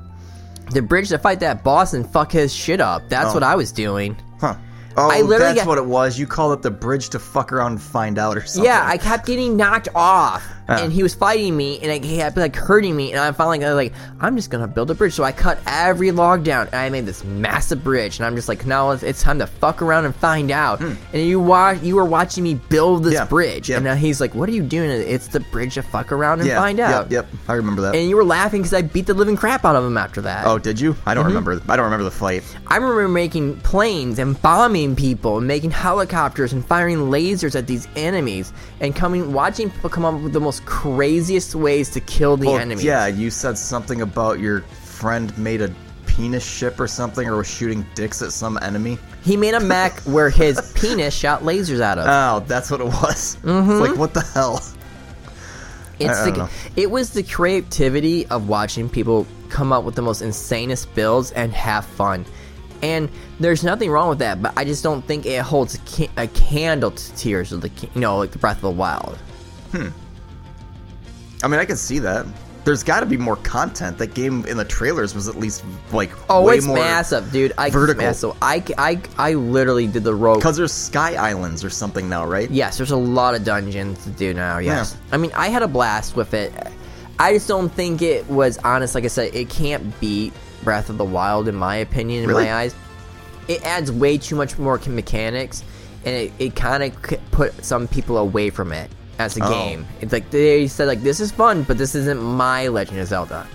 S4: The bridge to fight that boss and fuck his shit up.
S3: Oh.
S4: That's what I was doing.
S3: Huh. Oh,
S4: I literally
S3: that's
S4: got-
S3: what it was. You called it the bridge to fuck around and find out or something.
S4: Yeah, I kept getting knocked off, and he was fighting me, and it kept like hurting me, and I finally I was like, I'm just gonna build a bridge. So I cut every log down, and I made this massive bridge, and I'm just like, now it's, it's time to fuck around and find out. And you watch, you were watching me build this
S3: Hmm. Yeah,
S4: bridge,
S3: yeah.
S4: and now he's like, what are you doing? It's the bridge to fuck around and
S3: yeah,
S4: find out.
S3: Yep, yep. I remember that.
S4: and you were laughing because I beat the living crap out of him after that.
S3: oh, did you?
S4: Mm-hmm.
S3: I don't remember. I don't remember the fight.
S4: I remember making planes and bombing people and making helicopters and firing lasers at these enemies and coming watching people come up with the most craziest ways to kill the
S3: Well,
S4: enemies.
S3: Yeah, you said something about your friend made a penis ship or something or was shooting dicks at some enemy.
S4: He made a mech where his
S3: Uh,
S4: penis shot lasers out of. Mm-hmm.
S3: Oh, that's what it was. It's like, what the hell?
S4: It's
S3: I
S4: the,
S3: don't know.
S4: it was the creativity of watching people come up with the most insanest builds and have fun. And there's nothing wrong with that, but I just don't think it holds a, ca- a candle to Tears of the Ki- you know like the Breath of the Wild.
S3: I mean, I can see that. There's got to be more content. That game in the trailers was at least like
S4: Oh,
S3: way
S4: it's
S3: more
S4: massive, dude! I
S3: vertical.
S4: Massive. I, I I literally did the rope
S3: Because there's Sky Islands or something now, right?
S4: Yes, there's a lot of dungeons to do now. Yes,
S3: Yeah.
S4: I mean I had a blast with it. I just don't think it was honest. Like I said, it can't beat Breath of the Wild in my opinion. In
S3: Really?
S4: my eyes, it adds way too much more c- mechanics, and it, it kind of put some people away from it as a
S3: Oh.
S4: game. It's like they said like this is fun, but this isn't my Legend of Zelda.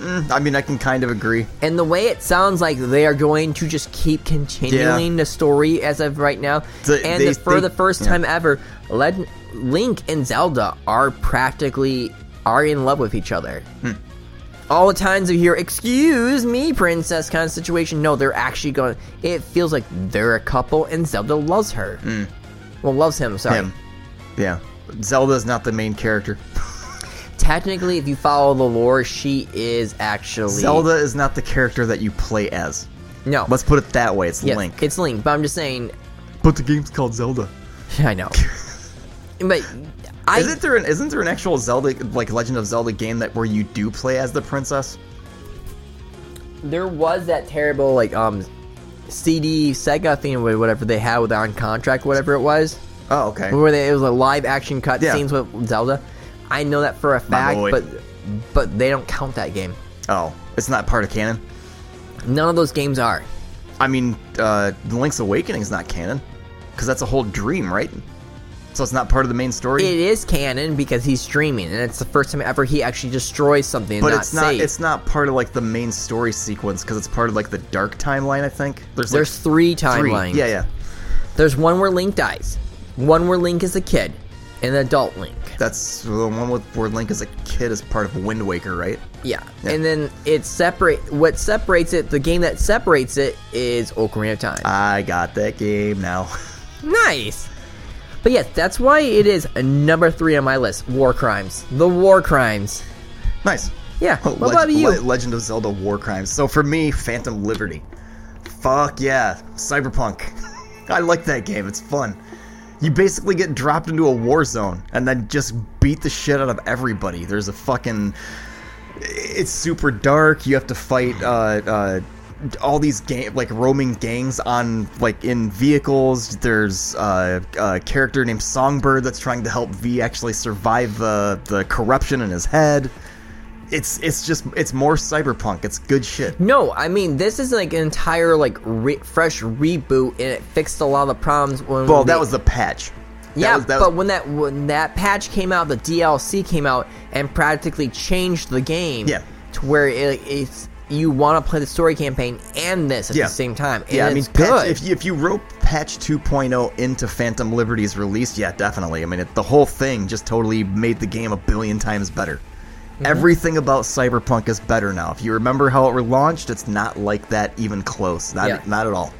S3: I mean, I can kind of agree.
S4: And the way it sounds like they are going to just keep continuing the story as of right now.
S3: The-
S4: and
S3: they-
S4: the- for
S3: they-
S4: the first
S3: yeah.
S4: time ever, Led- Link and Zelda are practically are in love with each other.
S3: Hmm.
S4: All the times you hear "Excuse me, princess" kind of situation. No, they're actually going. It feels like they're a couple, and Zelda loves her. Well, loves him. Sorry.
S3: Hmm. Him. Yeah. Zelda's not the main character.
S4: Technically, if you follow the lore, she is actually
S3: Zelda is not the character that you play as.
S4: No,
S3: Let's put it that way. It's
S4: yes,
S3: Link.
S4: It's Link, but I'm just saying
S3: but the game's called Zelda.
S4: I know. but I
S3: isn't there an isn't there an actual Zelda like Legend of Zelda game that where you do play as the princess?
S4: there was that terrible like um CD Sega thing or whatever they had with on contract whatever it was
S3: Oh, okay.
S4: where they, it was a live action cut
S3: Yeah.
S4: scenes with Zelda. I know that for a fact,
S3: boy.
S4: but but they don't count that game.
S3: Oh, it's not part of canon.
S4: None of those games are.
S3: I mean, uh, Link's Awakening is not canon because that's a whole dream, right? So it's not part of the main story.
S4: It is canon because he's streaming, and it's the first time ever he actually destroys something. And
S3: but
S4: not
S3: it's not
S4: saves.
S3: it's not part of like the main story sequence because it's part of like the dark timeline. I think there's like,
S4: There's three
S3: three.
S4: timelines.
S3: Yeah, yeah,
S4: There's one where Link dies, one where Link is a kid, and an adult Link.
S3: that's the one with where Link is a kid is part of Wind Waker, right?
S4: Yeah.
S3: Yeah.
S4: And then it separate what separates it, the game that separates it is Ocarina of Time.
S3: I got that game now.
S4: nice. But yes, that's why it is a number 3 on my list, War Crimes. The War Crimes.
S3: nice.
S4: Yeah.
S3: Oh,
S4: what
S3: Leg-
S4: about you?
S3: Le- Legend of Zelda War Crimes. So for me, Phantom Liberty. Fuck yeah, Cyberpunk. I like that game. It's fun. You basically get dropped into a war zone and then just beat the shit out of everybody. There's a fucking it's super dark. You have to fight uh, uh, all these ga- like roaming gangs on like in vehicles. There's uh, a character named Songbird that's trying to help V actually survive the the corruption in his head. It's it's just it's more cyberpunk. It's good shit.
S4: no, I mean this is like an entire like re- fresh reboot, and it fixed a lot of the problems. When
S3: Well,
S4: they-
S3: that was the patch. That
S4: yeah,
S3: was- that
S4: but
S3: was-
S4: when that when that patch came out, the DLC came out and practically changed the game.
S3: Yeah.
S4: to where it, it's you want to play the story campaign and this at
S3: Yeah.
S4: the same time. And
S3: yeah, I mean,
S4: it's
S3: patch-
S4: good.
S3: if you, if you rope patch 2.0 into Phantom Liberty's release, yeah, definitely. I mean, it, the whole thing just totally made the game a billion times better.
S4: Mm-hmm.
S3: Everything about Cyberpunk is better now. If you remember how it were launched, it's not like that even close. Not
S4: Yeah.
S3: not at all.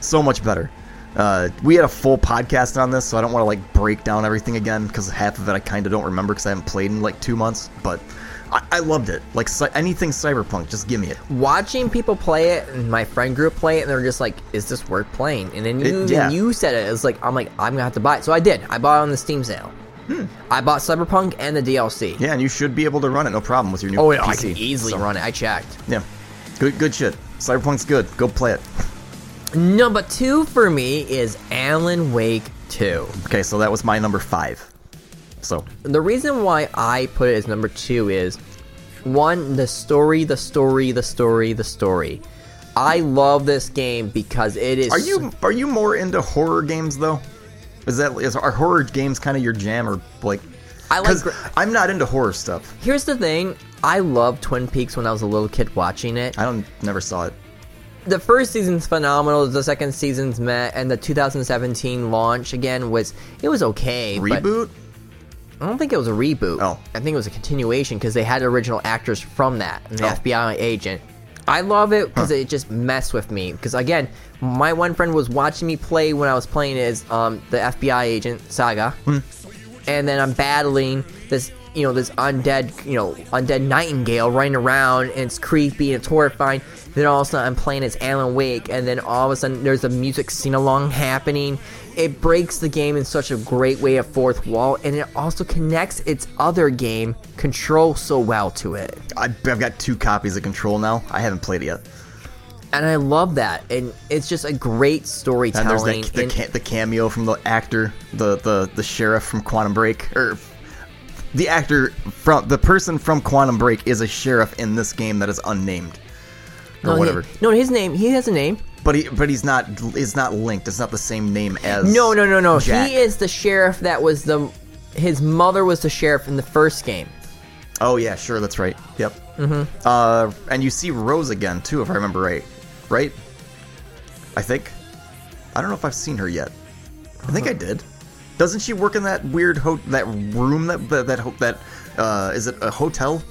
S3: So much better. Uh, we had a full podcast on this, so I don't want to like break down everything again because half of it I kind of don't remember because I haven't played in like two months. But I, I loved it. Like cy- anything Cyberpunk, just give me it.
S4: watching people play it and my friend group play it and they're just like is this worth playing and then you,
S3: It- yeah.
S4: you said it it's like i'm like i'm gonna have to buy it so i did i bought it on the steam sale i bought cyberpunk and the dlc
S3: Hmm. Yeah, and you should be able to run it no problem with your new
S4: oh yeah i
S3: PC.
S4: can easily
S3: So-
S4: run it i checked
S3: Yeah. Good good shit. Cyberpunk's good. Go play it.
S4: number two for me is alan wake 2
S3: Okay, so that was my number 5. So,
S4: the reason why I put it as number two is one, the story, the story, the story, the story. I love this game because it is.
S3: are you are you more into horror games though? Is that is are horror games kind of your jam or like
S4: I like
S3: 'cause
S4: gra-
S3: I'm not into horror stuff.
S4: Here's the thing. I loved Twin Peaks when I was a little kid watching it.
S3: I don't never saw it.
S4: The first season's phenomenal. The second season's meh, and the 2017 launch again was it was okay. but
S3: Reboot?
S4: I don't think it was a reboot.
S3: Oh.
S4: I think it was a continuation because they had original actors from that, and the
S3: Oh.
S4: FBI agent. I love it because it just messed with me. Because again, my one friend was watching me play when I was playing as um, the FBI agent Saga, and then I'm battling this you know this undead you know undead nightingale running around and it's creepy and it's horrifying then all of a sudden i'm playing as alan wake and then all of a sudden there's a music scene along happening it breaks the game in such a great way a fourth wall and it also connects its other game control so well to it
S3: I, I've got two copies of Control now. I haven't played it yet.
S4: and i love that and it's just a great
S3: And there's
S4: storytelling
S3: that, the,
S4: and-
S3: ca- the cameo from the actor, the, the, the sheriff from Quantum Break, or the actor from the person from Quantum Break is a sheriff in this game that is unnamed or
S4: no, Oh, he-
S3: whatever.
S4: no his name he has a name
S3: But he but he's not is not linked. It's not the same name as
S4: No, no, no, no.
S3: Jack.
S4: He is the sheriff that was the. His mother was the sheriff in the first game.
S3: Oh yeah, sure, that's right. Yep. Mm-hmm. Uh, and you see Rose again too, if I remember right. Right? I think. I don't know if I've seen her yet. I think
S4: Uh-huh.
S3: I did. Doesn't she work in that weird ho- that room that that that, ho- that uh, is it a hotel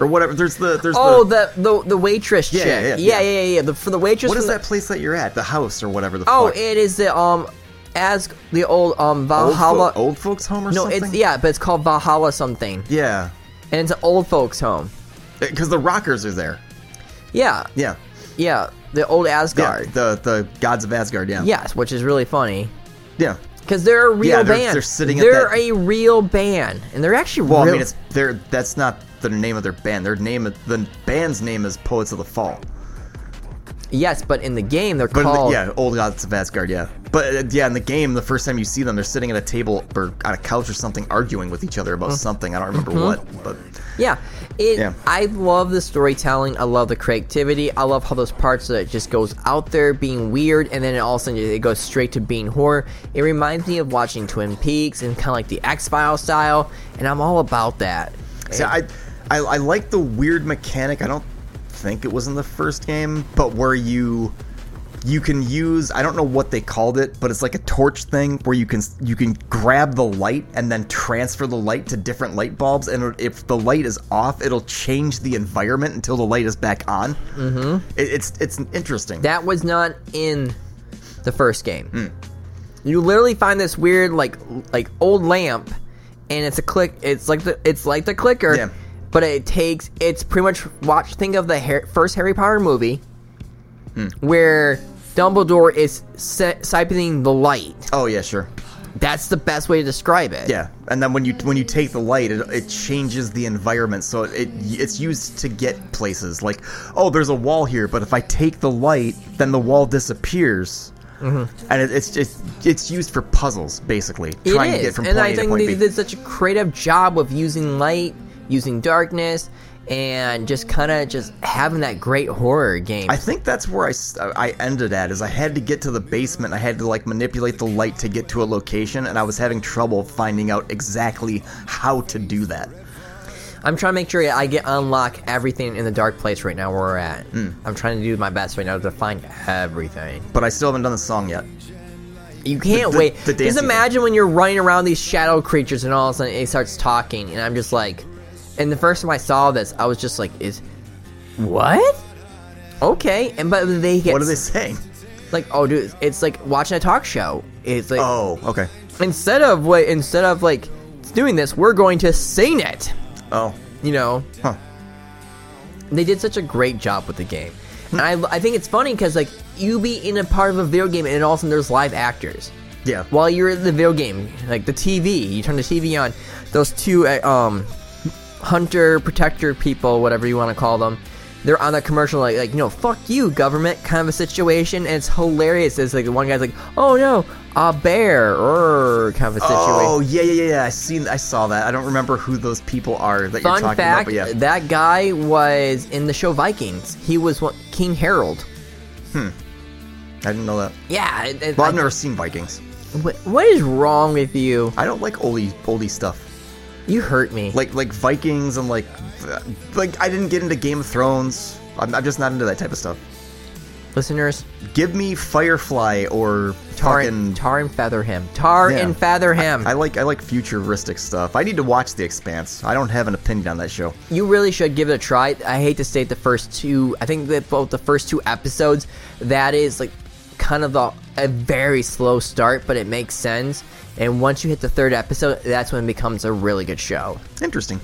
S3: or whatever? There's the there's
S4: Oh,
S3: the,
S4: the the, the waitress
S3: Yeah,
S4: chick.
S3: yeah, yeah,
S4: yeah,
S3: yeah.
S4: yeah, yeah. The, for the waitress.
S3: what is
S4: from the-
S3: that place that you're at? The house or whatever the
S4: Oh,
S3: fuck.
S4: it is the um, as the old um
S3: old, fo-
S4: Valhalla.
S3: old folks home or
S4: no,
S3: something?
S4: it's yeah, but it's called Valhalla something,
S3: yeah,
S4: and it's an old folks home.
S3: because the rockers are there.
S4: Yeah,
S3: Yeah,
S4: yeah, the old
S3: yeah,
S4: Asgard.
S3: the the gods of Asgard. Yeah,
S4: Yes, which is really funny.
S3: yeah.
S4: Because they're a real
S3: Yeah, they're-
S4: band.
S3: they're sitting at
S4: They're
S3: that-
S4: a real band, and they're actually
S3: Well,
S4: real.
S3: I mean, it's their. That's not the name of their band. Their name, the band's name is Poets of the Fall.
S4: yes, but in the game they're
S3: But in the-
S4: called
S3: yeah, Old Gods of Asgard. Yeah, but uh, yeah, in the game, the first time you see them, they're sitting at a table or on a couch or something, arguing with each other about something. I don't remember
S4: Mm-hmm.
S3: what, but
S4: Yeah, it.
S3: Yeah.
S4: I love the storytelling. I love the creativity. I love how those parts that just goes out there being weird, and then it all of a sudden it goes straight to being horror. It reminds me of watching Twin Peaks and kind of like the X File style, and I'm all about that.
S3: see, I, I, I like the weird mechanic. I don't think it was in the first game, but where you. You can use I don't know what they called it, but it's like a torch thing where you can you can grab the light and then transfer the light to different light bulbs, and if the light is off, it'll change the environment until the light is back on. Mm-hmm. It, it's it's interesting.
S4: That was not in the first game.
S3: Hmm.
S4: You literally find this weird like like old lamp, and it's a click. It's like the it's like the clicker,
S3: Yeah.
S4: but it takes. It's pretty much watch. Think of the Har- first Harry Potter movie,
S3: Hmm.
S4: where Dumbledore is si- siphoning the light.
S3: oh yeah, sure.
S4: That's the best way to describe it.
S3: Yeah, and then when you when
S4: Mm.
S3: you take the light, it, it changes the environment. So it it's used to get places like, oh, there's a wall here, but if I take the light, then the wall disappears. And it, it's just it's used for puzzles basically,
S4: It
S3: trying to
S4: is,
S3: get from
S4: and
S3: point
S4: I
S3: A to
S4: think
S3: point
S4: they
S3: B.
S4: did such a creative job of using light, using darkness, and just kind of just having that great horror game.
S3: I think that's where I, s- I ended at is I had to get to the basement. I had to like manipulate the light to get to a location, and I was having trouble finding out exactly how to do that.
S4: I'm trying to make sure I get unlock everything in the dark place right now where we're at.
S3: Hmm.
S4: I'm trying to do my best right now to find everything.
S3: But I still haven't done the song yet.
S4: You can't
S3: the-
S4: wait.
S3: the
S4: just
S3: dancing thing.
S4: imagine when you're running around these shadow creatures and all of a sudden it starts talking, and I'm just like, and the first time I saw this, I was just like, is what? Okay, and but they get
S3: What are they saying?
S4: like, oh dude, it's like watching a talk show. It's like
S3: Oh, okay.
S4: instead of what instead of like doing this, we're going to sing it.
S3: Oh,
S4: You know,
S3: huh.
S4: they did such a great job with the game. And I, I think it's funny because like you be in a part of a video game and all of a sudden there's live actors.
S3: Yeah.
S4: While you're in the video game, like the TV, you turn the TV on, those two uh, um, hunter protector people, whatever you want to call them, they're on that commercial like like you know fuck you government kind of a situation. And it's hilarious. It's like the one guy's like oh no a bear or kind of a situation.
S3: Oh yeah, yeah, yeah, yeah. I seen, I saw that. I don't remember who those people are that you're
S4: Fun
S3: talking
S4: fact:
S3: about. But yeah,
S4: that guy was in the show Vikings. He was one, King Harold.
S3: I didn't know that.
S4: Yeah, it, it-
S3: Well,
S4: I-
S3: I've never seen Vikings.
S4: What, what is wrong with you?
S3: I don't like oldie oldie stuff.
S4: You hurt me.
S3: Like like Vikings and like uh, like I didn't get into Game of Thrones. I'm, I'm just not into that type of stuff.
S4: Listeners,
S3: Give me Firefly or
S4: tar
S3: fucking.
S4: and, tar and feather him. Tar
S3: Yeah.
S4: and feather him.
S3: I like I like futuristic stuff. I need to watch The Expanse. I don't have an opinion on that show.
S4: you really should give it a try. I hate to state the first two. I think that both the first two episodes, that is like kind of the, a very slow start, but it makes sense. And once you hit the third episode, that's when it becomes a really good show.
S3: Interesting.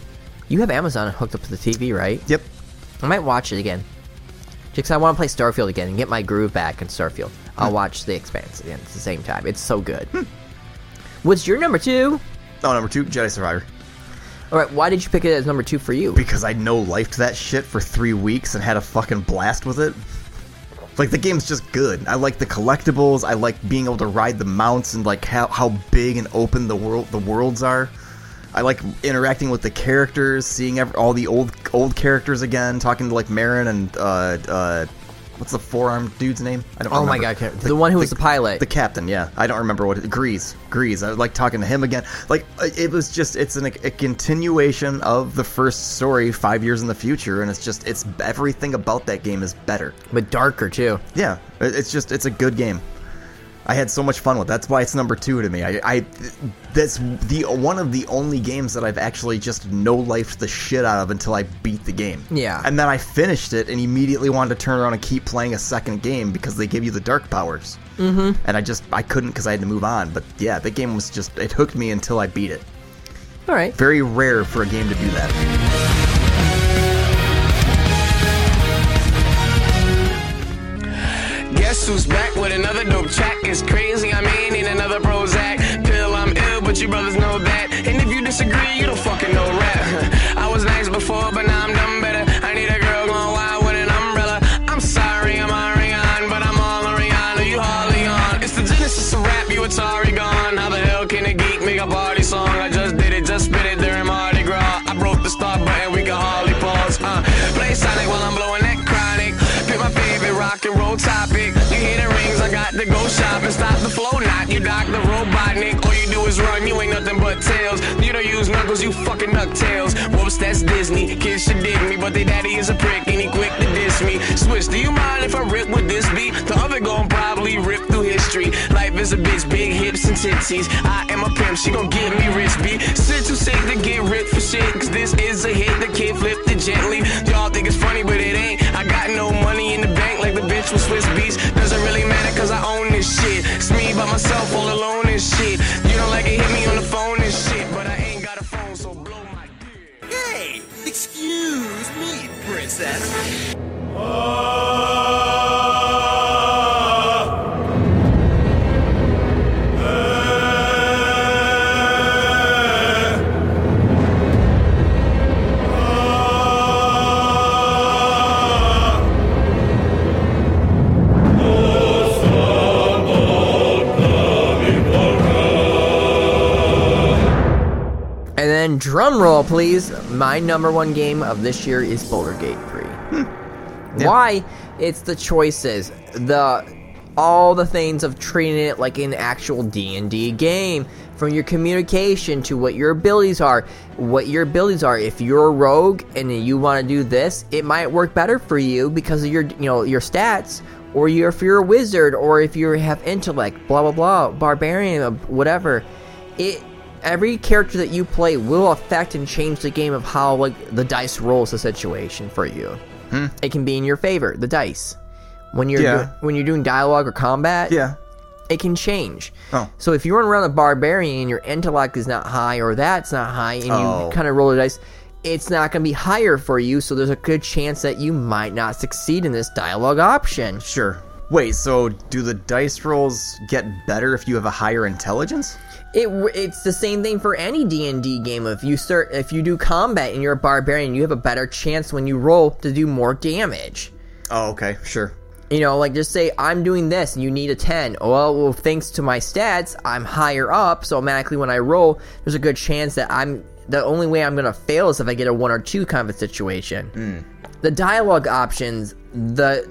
S4: You have Amazon hooked up to the TV, right?
S3: Yep.
S4: I might watch it again. Just 'cause I want to play Starfield again and get my groove back in Starfield. I'll watch The Expanse again at the same time. It's so good. What's your number two?
S3: Oh, number two, Jedi Survivor.
S4: All right, why did you pick it as number two for you?
S3: Because I no lifed that shit for three weeks and had a fucking blast with it. Like the game's just good. I like the collectibles. I like being able to ride the mounts and like how, how big and open the world the worlds are. I like interacting with the characters, seeing ev all the old old characters again, talking to like Marin and uh, uh, what's the four armed dude's name? I don't.
S4: Oh my
S3: remember.
S4: God, okay. The one who was the pilot.
S3: the captain. Yeah, I don't remember what it, Grease. Grease. I like talking to him again. Like uh, it was just it's an, a continuation of the first story five years in the future, and it's just it's everything about that game is better.
S4: But darker too.
S3: Yeah, it- it's just it's a good game. I had so much fun with. it. That's why it's number two to me. I, I that's the one of the only games that I've actually just no lifed the shit out of until I beat the game.
S4: Yeah.
S3: and then I finished it and immediately wanted to turn around and keep playing a second game because they give you the dark powers. Mm-hmm. And I just I couldn't because I had to move on. But yeah, the game was just it hooked me until I beat it.
S4: All right.
S3: Very rare for a game to do that.
S6: Guess who's back with another dope track? It's crazy, I mean, in another Prozac pill. I'm ill, but you brothers know that. And if you disagree, you don't fucking know rap. I was nice before, but now I'm done better. I need a girl going wild with an umbrella. I'm sorry, I'm Ariana, but I'm all Ariana. You hardly on. It's the genesis of rap, you Atari gone. How the hell can a geek make a party song? I just did it, just spit it during Mardi Gras. I broke the start button, we can hardly pause. Uh, play Sonic while I'm blowing that chronic. Pick my favorite rock and roll topic. You hear the rings, I got to go shopping. Stop the flow, not you, doc the Robotnik. All you do is run, you ain't nothing but tails. You don't use knuckles, you fucking ducktails. Whoops, that's Disney. Kids should dig me, but their daddy is a prick and he quick to diss me. Switch, do you mind if I rip with this beat? The other gon' probably rip through history. Life is a bitch, big hips and titties. I am a pimp, she gon' give me rich beat. Sit too sick to get ripped for shit, cause this is a hit that can't flip it gently. Y'all think it's funny, but it ain't. I got no money in the bank like the bitch with Swiss Beats. Doesn't really matter cause I own this shit. It's me by myself all alone and shit. You don't like it, hit me on the phone and shit. But I ain't got a phone, so blow my dick.
S5: Hey, excuse me, princess.
S4: And then drum roll, please. My number one game of this year is Boulder Gate 3. Why? It's the choices, the all the things of treating it like an actual D&D game, from your communication to what your abilities are, what your abilities are. If you're a rogue and you want to do this, it might work better for you because of your, you know, your stats. Or you if you're a wizard, or if you have intellect, blah blah blah, barbarian, uh, whatever. It every character that you play will affect and change the game of how like the dice rolls the situation for you. It can be in your favor, the dice. When you're
S3: Yeah.
S4: doing, when you're doing dialogue or combat,
S3: Yeah,
S4: it can change.
S3: Oh.
S4: So if you run around a barbarian and your intellect is not high or that's not high and
S3: Oh.
S4: you kind of roll the dice, it's not going to be higher for you, so there's a good chance that you might not succeed in this dialogue option.
S3: sure. Wait, so do the dice rolls get better if you have a higher intelligence?
S4: It w- it's the same thing for any D and D game. If you start, if you do combat and you're a barbarian, you have a better chance when you roll to do more damage.
S3: Oh, okay, sure.
S4: You know, like just say I'm doing this and you need a ten. Well, well, thanks to my stats, I'm higher up, so automatically when I roll, there's a good chance that I'm the only way I'm gonna fail is if I get a one or two kind of a situation. The dialogue options, the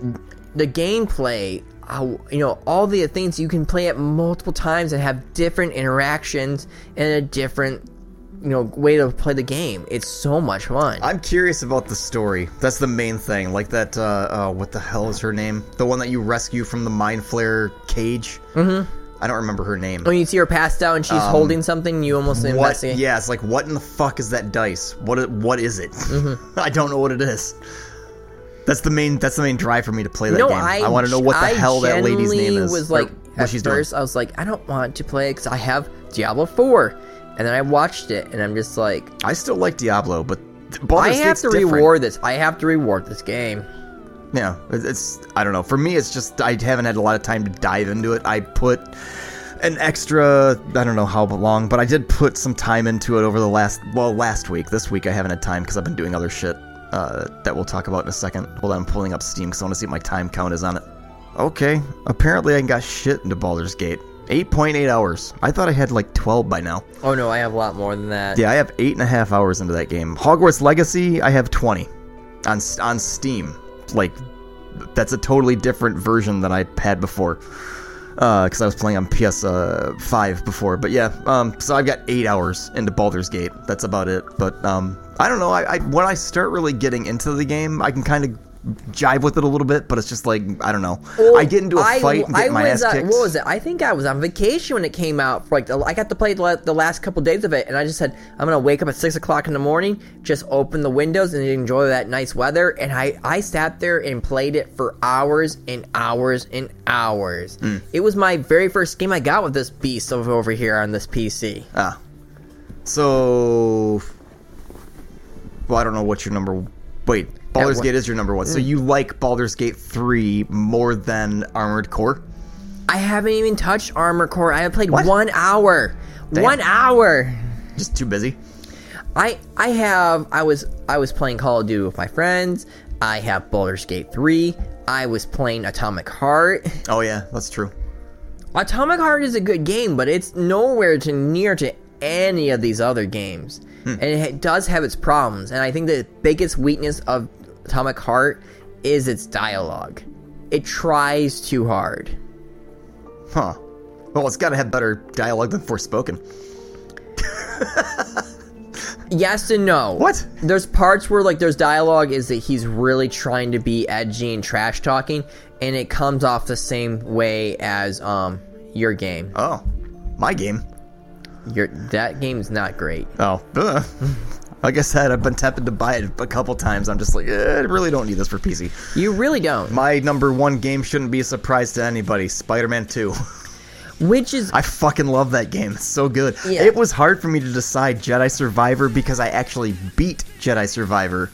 S4: the gameplay, how, you know, all the things you can play it multiple times and have different interactions and a different you know way to play the game. It's so much fun.
S3: I'm curious about the story. That's the main thing. Like that, uh, uh, what the hell is her name? The one that you rescue from the mind flare cage. Mm-hmm. I don't remember her name.
S4: when you see her passed out and she's holding something, you almost
S3: what?
S4: investigate.
S3: Yeah, it's like
S4: Mm-hmm.
S3: what in the fuck is that dice? What? i- What is it? I don't know what it is. That's the main. That's the main drive for me to play that
S4: no,
S3: game.
S4: I,
S3: I, want to know what the
S4: I
S3: hell that lady's name
S4: genuinely
S3: is.
S4: Was
S3: or
S4: like
S3: what
S4: at
S3: she's
S4: first,
S3: doing.
S4: I was like, I don't want to play because I have Diablo Four, and then I watched it, and I'm just like,
S3: I still like Diablo, but Baldur's
S4: I have
S3: Gate's
S4: to
S3: Oh, different.
S4: reward this. I have to reward this game.
S3: Yeah, it- it's. I don't know. For me, it's just I haven't had a lot of time to dive into it. I put an extra. I don't know how long, but I did put some time into it over the last. Well, last week. This week I haven't had time because I've been doing other shit uh, that we'll talk about in a second. Hold on, I'm pulling up Steam because I want to see what my time count is on it. Okay, apparently I got shit into Baldur's Gate. 8.8 hours. I thought I had like 12 by now.
S4: Oh no, I have a lot more than that.
S3: Yeah, I have eight and a half hours into that game. Hogwarts Legacy, I have twenty on on Steam. Like, that's a totally different version than I had before, because I was playing on PS uh, five before. But yeah, um, so I've got eight hours into Baldur's Gate. That's about it. But um, I don't know. I, I when I start really getting into the game, I can kind of jive with it a little bit. But it's just like I don't know.
S4: Well,
S3: I get into a
S4: I-
S3: fight and get
S4: I
S3: my ass
S4: was, uh,
S3: kicked.
S4: What was it? I think I was on vacation when it came out. For like the, I got to play the, la- the last couple days of it, and I just said I'm gonna wake up at six o'clock in the morning, just open the windows and enjoy that nice weather. And I I sat there and played it for hours and hours and hours.
S3: Mm.
S4: It was my very first game I got with this beast over over here on this PC.
S3: Ah. So. Well, I don't know what your number. Wait, Baldur's
S4: what-
S3: Gate is your number one. So you like Baldur's Gate 3 more than Armored Core?
S4: I haven't even touched Armor Core. I have played
S3: What?
S4: one hour.
S3: Damn.
S4: One hour.
S3: Just too busy?
S4: I I have I was I was playing Call of Duty with my friends. I have Baldur's Gate 3. I was playing Atomic Heart.
S3: Oh, yeah, that's true.
S4: Atomic Heart is a good game, but it's nowhere to near to any of these other games. And it does have its problems, and I think the biggest weakness of Atomic Heart is its dialogue. It tries too hard.
S3: Huh. Well, it's got to have better dialogue than Forspoken.
S4: Yes and no.
S3: What?
S4: There's parts where like there's dialogue is that he's really trying to be edgy and trash talking, and it comes off the same way as um your game.
S3: Oh, my game.
S4: Your that game's not great.
S3: Oh, ugh. like I said, I've been tempted to buy it a couple times. I'm just like, eh, I really don't need this for PC.
S4: You really don't.
S3: My number one game shouldn't be a surprise to anybody Spider Man 2.
S4: Which is
S3: I fucking love that game. It's so good.
S4: Yeah.
S3: It was hard for me to decide Jedi Survivor because I actually beat Jedi Survivor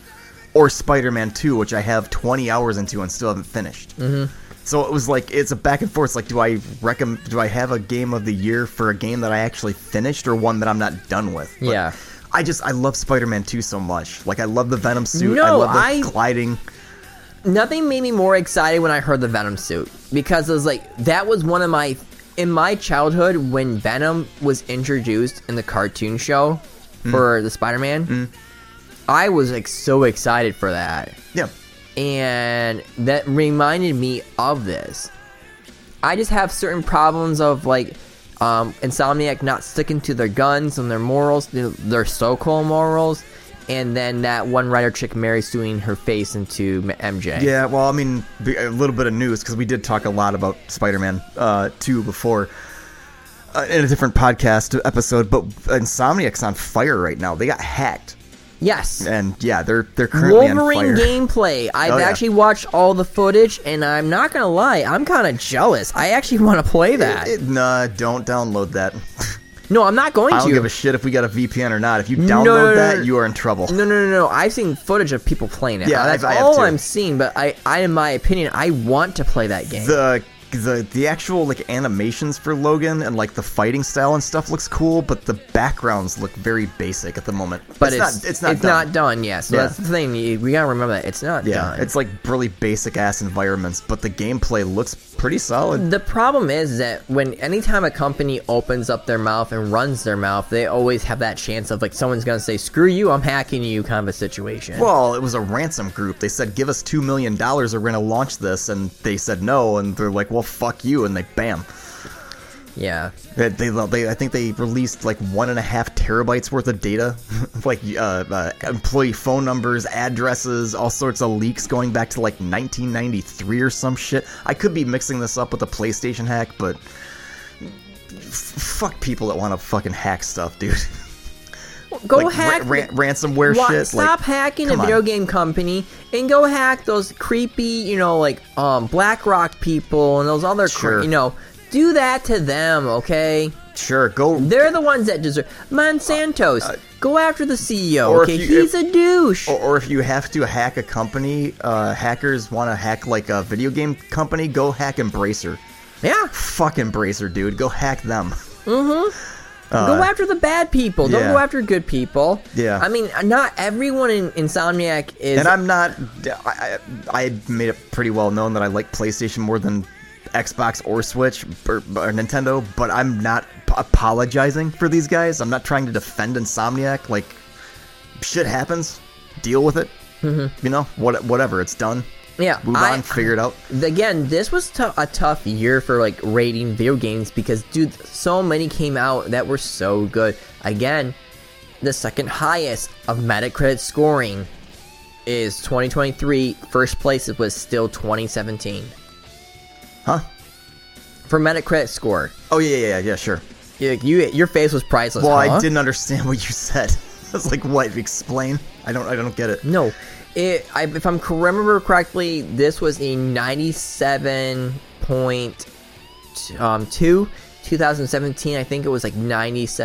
S3: or Spider Man 2, which I have 20 hours into and still haven't finished. Mm-hmm. So it was like, it's a back and forth. It's like, do I recommend, do I have a game of the year for a game that I actually finished or one that I'm not done with? But
S4: Yeah.
S3: I just, I love Spider Man 2 so much. Like, I love the Venom suit. I
S4: No,
S3: love the
S4: I-
S3: gliding.
S4: nothing made me more excited when I heard the Venom suit because it was like that was one of my in my childhood when Venom was introduced in the cartoon show
S3: Hmm.
S4: for the Spider-Man. I was like so excited for that.
S3: Yeah.
S4: and that reminded me of this. I just have certain problems of like um, Insomniac not sticking to their guns and their morals, their, their so-called morals, and then that one writer chick Mary suing her face into M- MJ.
S3: Yeah, well, I mean, b- a little bit of news because we did talk a lot about Spider-Man uh, Two before uh, in a different podcast episode. But Insomniac's on fire right now. They got hacked,
S4: Yes.
S3: and yeah, they're they're currently on
S4: Wolverine
S3: fire.
S4: gameplay. I've
S3: Oh, yeah.
S4: actually watched all the footage, and I'm not gonna lie, I'm kind of jealous. I actually want to play that.
S3: It- nah, don't download that.
S4: no, I'm not going
S3: I
S4: to.
S3: don't give a shit if we got a VPN or not. If you download
S4: No, no, no,
S3: that,
S4: no.
S3: you are in trouble.
S4: No, no, no, no. I've seen footage of people playing it.
S3: Yeah,
S4: that's
S3: I- I have
S4: all
S3: too.
S4: I'm seeing. But I, I, in my opinion, I want to play that game.
S3: the the the actual like animations for Logan and like the fighting style and stuff looks cool, but the backgrounds look very basic at the moment.
S4: but
S3: it's, not it's not done.
S4: Yeah. So
S3: Yeah.
S4: that's the thing. You, we gotta remember that it's not
S3: Yeah,
S4: done.
S3: it's like really basic ass environments, but the gameplay looks pretty solid.
S4: the problem is that when anytime a company opens up their mouth and runs their mouth, they always have that chance of like someone's gonna say, "Screw you, I'm hacking you," kind of a situation.
S3: Well, it was a ransom group. They said, "Give us two million dollars, or we're gonna launch this," and they said no, and they're like, "Well, fuck you," and they bam.
S4: yeah.
S3: They, they, they- I think they released like one and a half terabytes worth of data, like uh, uh, employee phone numbers, addresses, all sorts of leaks going back to like 1993 or some shit. I could be mixing this up with a PlayStation hack, but f- fuck people that want to fucking hack stuff, dude.
S4: go
S3: like,
S4: hack
S3: ra- ra- ransomware
S4: Why-
S3: shit. like,
S4: Stop hacking a
S3: come on.
S4: video game company and go hack those creepy, you know, like um BlackRock people and those other, cre-
S3: Sure.
S4: you know, do that to them, okay?
S3: Sure, go.
S4: They're the ones that deserve. Monsanto's, go after the CEO,
S3: Uh, or if
S4: okay?
S3: you-
S4: He's a douche.
S3: Or, or if you have to hack a company, uh, hackers want to hack like a video game company, go hack Embracer.
S4: yeah,
S3: Fuck Embracer, dude. Go hack them.
S4: go after the bad people. Don't
S3: Uh, yeah.
S4: go after good people.
S3: Yeah.
S4: I mean, not everyone in Insomniac is.
S3: And I'm not. I, I I made it pretty well known that I like PlayStation more than Xbox or Switch or, or Nintendo, but I'm not p- apologizing for these guys. I'm not trying to defend Insomniac. Like, shit happens. Deal with it.
S4: Mm-hmm.
S3: You know, what, whatever. It's done.
S4: Yeah,
S3: Move
S4: I-
S3: on. Figure it out.
S4: again, this was tou- a tough year for like rating video games because dude, so many came out that were so good. Again, the second highest of Metacritic scoring is 2023. First place was still 2017
S3: Huh?
S4: for Metacritic score.
S3: Oh yeah, yeah, yeah, yeah. Sure.
S4: You, you your face was priceless.
S3: Well, I
S4: huh?
S3: didn't understand what you said. I was like, "What? Explain." I don't. I don't get it.
S4: No, it, I, if I'm cor- remember correctly, this was a 97 point um, two 2017. I think it was like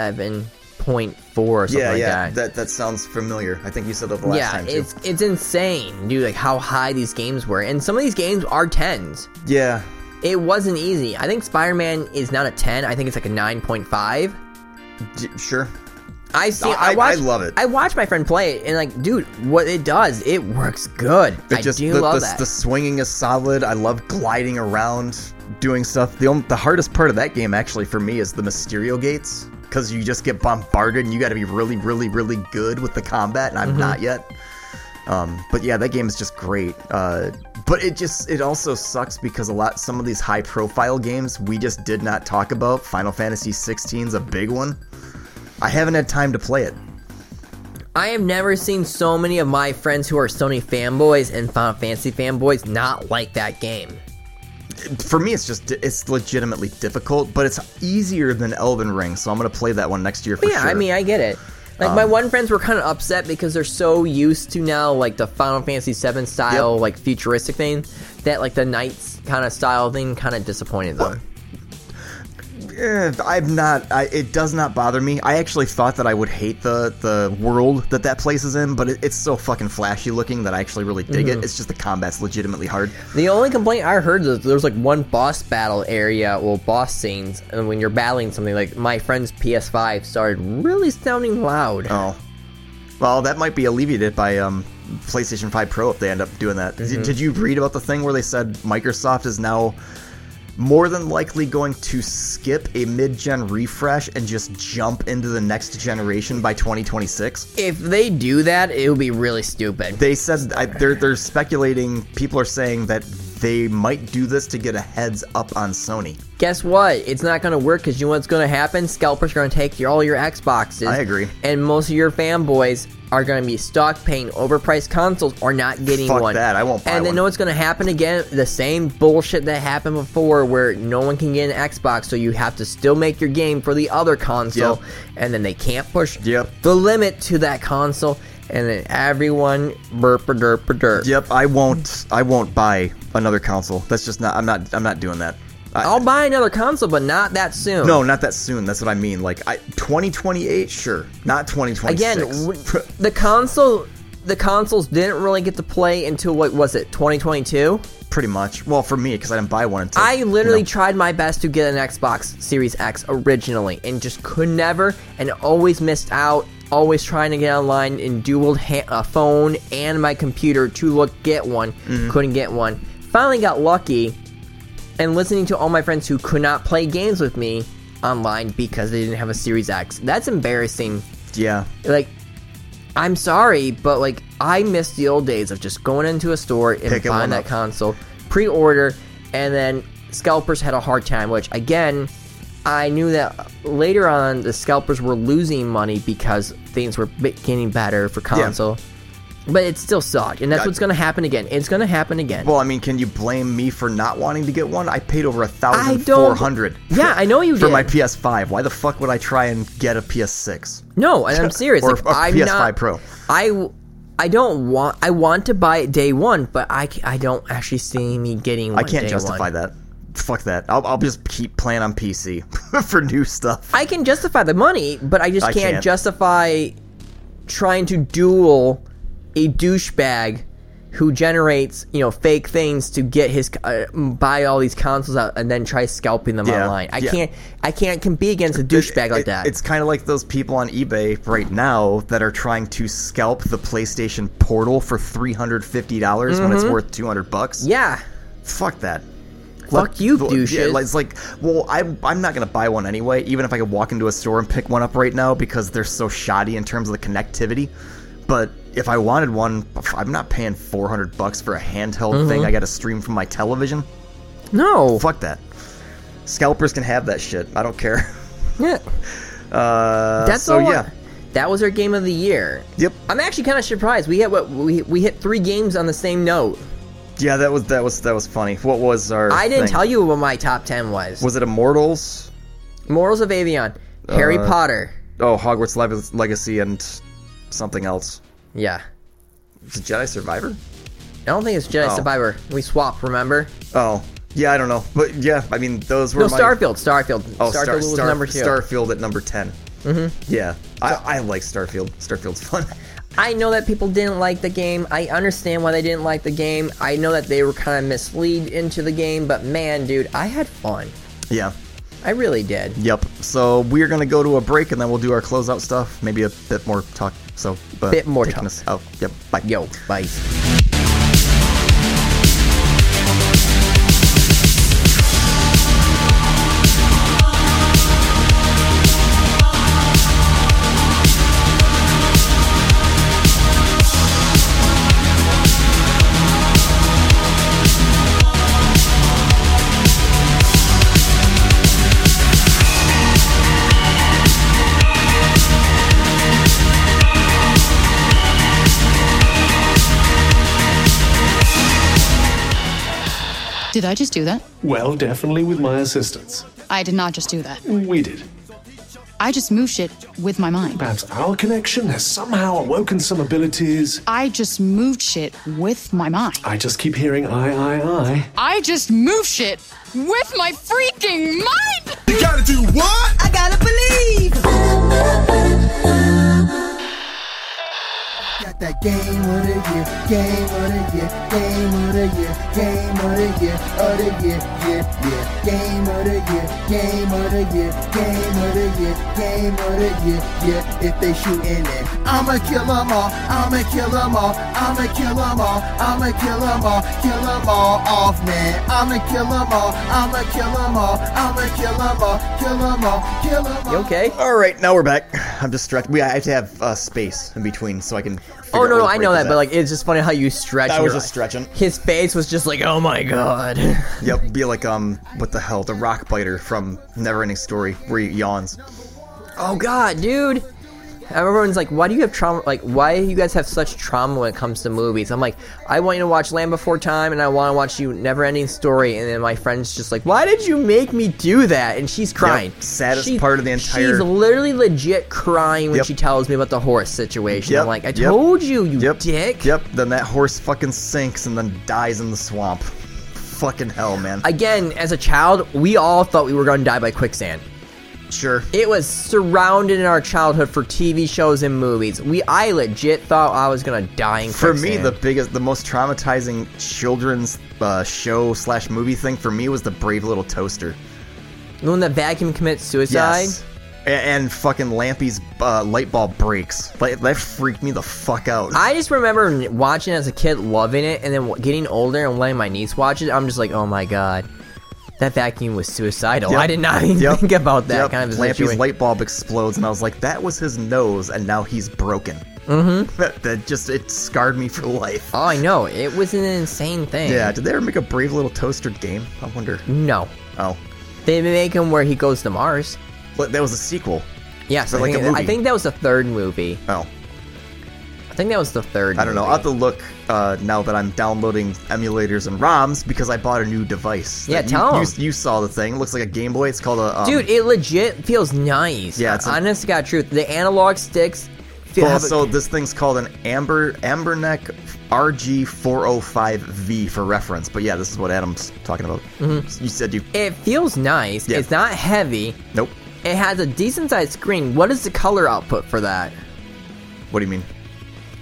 S4: 97.4 or something
S3: yeah,
S4: like
S3: yeah.
S4: that.
S3: That that sounds familiar. I think you said that the last
S4: yeah,
S3: time too.
S4: it's it's insane, dude. Like how high these games were, and some of these games are tens.
S3: Yeah.
S4: It wasn't easy. I think Spider-Man is not a ten. I think it's like a nine point five.
S3: D- sure.
S4: I see.
S3: I-
S4: I,
S3: I
S4: watched,
S3: love it.
S4: I watched my friend play it, and like, dude, what it does, it works good. I
S3: It just
S4: do
S3: the,
S4: love
S3: the,
S4: that.
S3: the swinging is solid. I love gliding around, doing stuff. The only, the hardest part of that game actually for me is the Mysterio gates because you just get bombarded and you got to be really, really, really good with the combat, and I'm
S4: Mm-hmm.
S3: not yet. Um, but yeah, that game is just great. Uh, but it just it also sucks because a lot some of these high profile games we just did not talk about. Final Fantasy 16's a big one. I haven't had time to play it.
S4: I have never seen so many of my friends who are Sony fanboys and Final Fantasy fanboys not like that game.
S3: for me it's just it's legitimately difficult but it's easier than elven ring so i'm gonna play that one next year for
S4: yeah,
S3: sure
S4: I mean, I get it. Like my one friends were kind of upset because they're so used to now like the Final Fantasy VII style
S3: Yep.
S4: like futuristic thing that like the knights kind of style thing kind of disappointed them.
S3: Eh, i'm not I, it does not bother me i actually thought that i would hate the the world that that place is in but it, it's so fucking flashy looking that i actually really dig
S4: Mm-hmm.
S3: it it's just the combat's legitimately hard
S4: The only complaint I heard was there was like one boss battle area or boss scenes, and when you're battling something like my friend's PS5 started really sounding loud.
S3: oh well that might be alleviated by um playstation 5 pro if they end up doing that Did- did you read about the thing where they said microsoft is now more than likely going to skip a mid-gen refresh and just jump into the next generation by 2026.
S4: If they do that, it would be really stupid.
S3: They said I, they're they're speculating. People are saying that they might do this to get a heads up on Sony.
S4: guess what? It's not going to work because you know what's going to happen? Scalpers are going to take your, all your Xboxes.
S3: I agree.
S4: And most of your fanboys are going to be stock paying overpriced consoles or not getting
S3: Fuck
S4: one.
S3: that, I won't buy
S4: And then
S3: one.
S4: know what's going to happen again? The same bullshit that happened before where no one can get an Xbox, so you have to still make your game for the other console.
S3: Yep.
S4: And then they can't push
S3: Yep.
S4: the limit to that console. And then everyone burp a derp a derp.
S3: Yep, I won't I won't buy another console. That's just not I'm not I'm not doing that. I,
S4: I'll buy another console, but not that soon.
S3: no, not that soon. That's what I mean. Like I 2028, sure, not 2026.
S4: again w- the console the consoles didn't really get to play until what was it 2022
S3: pretty much. Well, for me because I didn't buy one until
S4: i
S3: you
S4: literally
S3: know.
S4: tried my best to get an xbox series x originally and just could never and always missed out always trying to get online and dual ha- a phone and my computer to look get one couldn't get one finally got lucky and listening to all my friends who could not play games with me online because they didn't have a series x that's embarrassing
S3: yeah.
S4: like I'm sorry, but like I miss the old days of just going into a store and
S3: Picking one
S4: buying that
S3: up.
S4: console, pre-order, and then scalpers had a hard time. Which again, I knew that later on the scalpers were losing money because things were be- getting better for console. But it still sucked, and that's
S3: God.
S4: what's gonna happen again. It's gonna happen again.
S3: Well, I mean, can you blame me for not wanting to get one? I paid over a
S4: I
S3: thousand
S4: don't.
S3: four hundred.
S4: Yeah, I know you
S3: for
S4: did.
S3: my PS5. Why the fuck would I try and get a PS6?
S4: No, and I'm serious.
S3: Or
S4: like,
S3: a
S4: I'm
S3: PS5
S4: not,
S3: Pro.
S4: I, w- I don't want. I want to buy it day one, but I, c- I don't actually see me getting. One
S3: I can't
S4: day
S3: justify
S4: one.
S3: that. Fuck that. I'll, I'll just keep playing on PC for new stuff.
S4: I can justify the money, but I just
S3: I
S4: can't
S3: can't.
S4: justify trying to duel a douchebag who generates you know fake things to get his uh, buy all these consoles out and then try scalping them
S3: Yeah,
S4: online. I
S3: yeah.
S4: can't. I can't com- be against a douchebag
S3: It-
S4: like that.
S3: It's kind of like those people on eBay right now that are trying to scalp the PlayStation Portal for three hundred fifty dollars when it's worth two hundred bucks.
S4: yeah.
S3: Fuck that.
S4: Mm-hmm. Fuck you,
S3: the-
S4: douches.
S3: Yeah, like- it's like, well, I'm, I'm not going to buy one anyway, even if I could walk into a store and pick one up right now because they're so shoddy in terms of the connectivity. But if I wanted one, I'm not paying 400 bucks for a handheld
S4: Mm-hmm.
S3: thing I got to stream from my television.
S4: no.
S3: Fuck that. Scalpers can have that shit. I don't care.
S4: Yeah.
S3: Uh,
S4: That's
S3: so
S4: all. I-
S3: yeah.
S4: That was our game of the year.
S3: Yep.
S4: I'm actually kind of surprised. We hit what we, we hit three games on the same note.
S3: Yeah, that was that was that was funny. What was our?
S4: I didn't
S3: thing?
S4: tell you what my top ten was.
S3: Was it Immortals?
S4: Morals of Avion, Harry
S3: Uh,
S4: Potter.
S3: Oh, Hogwarts Le- Legacy and something else.
S4: Yeah,
S3: Was it Jedi Survivor?
S4: I don't think it's Jedi
S3: Oh.
S4: Survivor. We swapped, remember?
S3: Oh, yeah, I don't know, but yeah, I mean, those were
S4: No,
S3: my
S4: Starfield. Starfield.
S3: Oh,
S4: Starfield
S3: Star,
S4: was
S3: Star-
S4: number two.
S3: Starfield at number 10 Mm-hmm. Yeah, I, I like Starfield. Starfield's fun.
S4: I know that people didn't like the game. I understand why they didn't like the game. I know that they were kind of misled into the game, but man, dude, I had fun.
S3: yeah.
S4: I really did.
S3: Yep. So we're gonna go to a break, and then we'll do our closeout stuff. Maybe a bit more talk. So, but
S4: Bit more
S3: taking
S4: talk.
S3: us out. Yep. Bye.
S4: Yo, bye.
S7: Did I just do that?
S8: Well, definitely with my assistance.
S7: I did not just do that.
S8: We did.
S7: I just move shit with my mind.
S8: Perhaps our connection has somehow awoken some abilities.
S7: I just moved shit with my mind.
S8: I just keep hearing I, I, I.
S7: I just move shit with my freaking mind!
S5: You gotta do what?
S4: I gotta believe.
S9: Got that game of the year, game of the year, game of the year, game of the year, of the year, year, year. Game of the year, game of the year, game of the year, game of the year, year. If they shootin' it, I'ma kill 'em all, I'ma kill 'em all, I'ma kill 'em all, I'ma kill 'em all, kill 'em all off, man. I'ma kill 'em all, I'ma kill 'em all, I'ma kill 'em all, kill 'em all, kill 'em all.
S4: You okay?
S3: All right, now we're back. I'm distracted. We I have to have uh, space in between so I can.
S4: Oh no, no, I know that, but like it's just funny how you stretch.
S3: I
S4: and
S3: was
S4: you're
S3: just
S4: like-
S3: stretching.
S4: His face was just like, oh my god.
S3: Yep, be like um, what the hell, the rock biter from Neverending Story, where he yawns.
S4: oh god, dude. Everyone's like, why do you have trauma? Like, why you guys have such trauma when it comes to movies? I'm like, I want you to watch Land Before Time, and I want to watch you Never Ending Story. And then my friend's just like, why did you make me do that? And she's crying.
S3: saddest part of the entire-
S4: She's literally legit crying when
S3: Yep.
S4: she tells me about the horse situation.
S3: Yep,
S4: I'm like, I
S3: yep,
S4: told you, you
S3: Yep.
S4: dick.
S3: Yep. Then that horse fucking sinks and then dies in the swamp. Fucking hell, man.
S4: Again, as a child, we all thought we were going to die by quicksand.
S3: sure.
S4: It was surrounded in our childhood for TV shows and movies. We, I legit thought I was gonna die in
S3: For
S4: quicksand.
S3: me, the biggest, the most traumatizing children's uh, show slash movie thing for me was the Brave Little Toaster.
S4: when the vacuum commits suicide.
S3: A- And, fucking Lampy's uh, light bulb breaks. Like that freaked me the fuck out.
S4: I just remember n- watching it as a kid, loving it, and then w- getting older and letting my niece watch it. I'm just like, oh my god, that vacuum was suicidal.
S3: Yep.
S4: Oh, I did not even
S3: Yep.
S4: think about that
S3: Yep.
S4: kind of a
S3: Lampy's
S4: situation.
S3: light bulb explodes, and I was like, "That was his nose, and now he's broken." Mm-hmm. That, that just it scarred me for life.
S4: Oh, I know. It was an insane thing.
S3: Yeah. Did they ever make a Brave Little Toaster game? I wonder.
S4: No,
S3: Oh,
S4: they make him where he goes to Mars.
S3: but that was a sequel.
S4: Yes,
S3: But
S4: I,
S3: like a
S4: think, I
S3: movie.
S4: think that was the third movie.
S3: Oh,
S4: I think that was the third.
S3: I don't know. I'll have to look uh, now that I'm downloading emulators and ROMs because I bought a new device.
S4: Yeah,
S3: That
S4: tell
S3: you,
S4: 'em.
S3: You, you saw the thing. It looks like a Game Boy. It's called a. Um,
S4: Dude, it legit feels nice.
S3: Yeah, it's a-
S4: honest to God truth. The analog sticks feel
S3: well,
S4: have a-
S3: so this thing's called an Amber Amberneck RG405V for reference. But yeah, this is what Adam's talking about.
S4: Mm-hmm.
S3: You said you.
S4: it feels nice.
S3: Yeah.
S4: It's not heavy.
S3: Nope.
S4: It has a decent sized screen. What is the color output for that?
S3: What do you mean?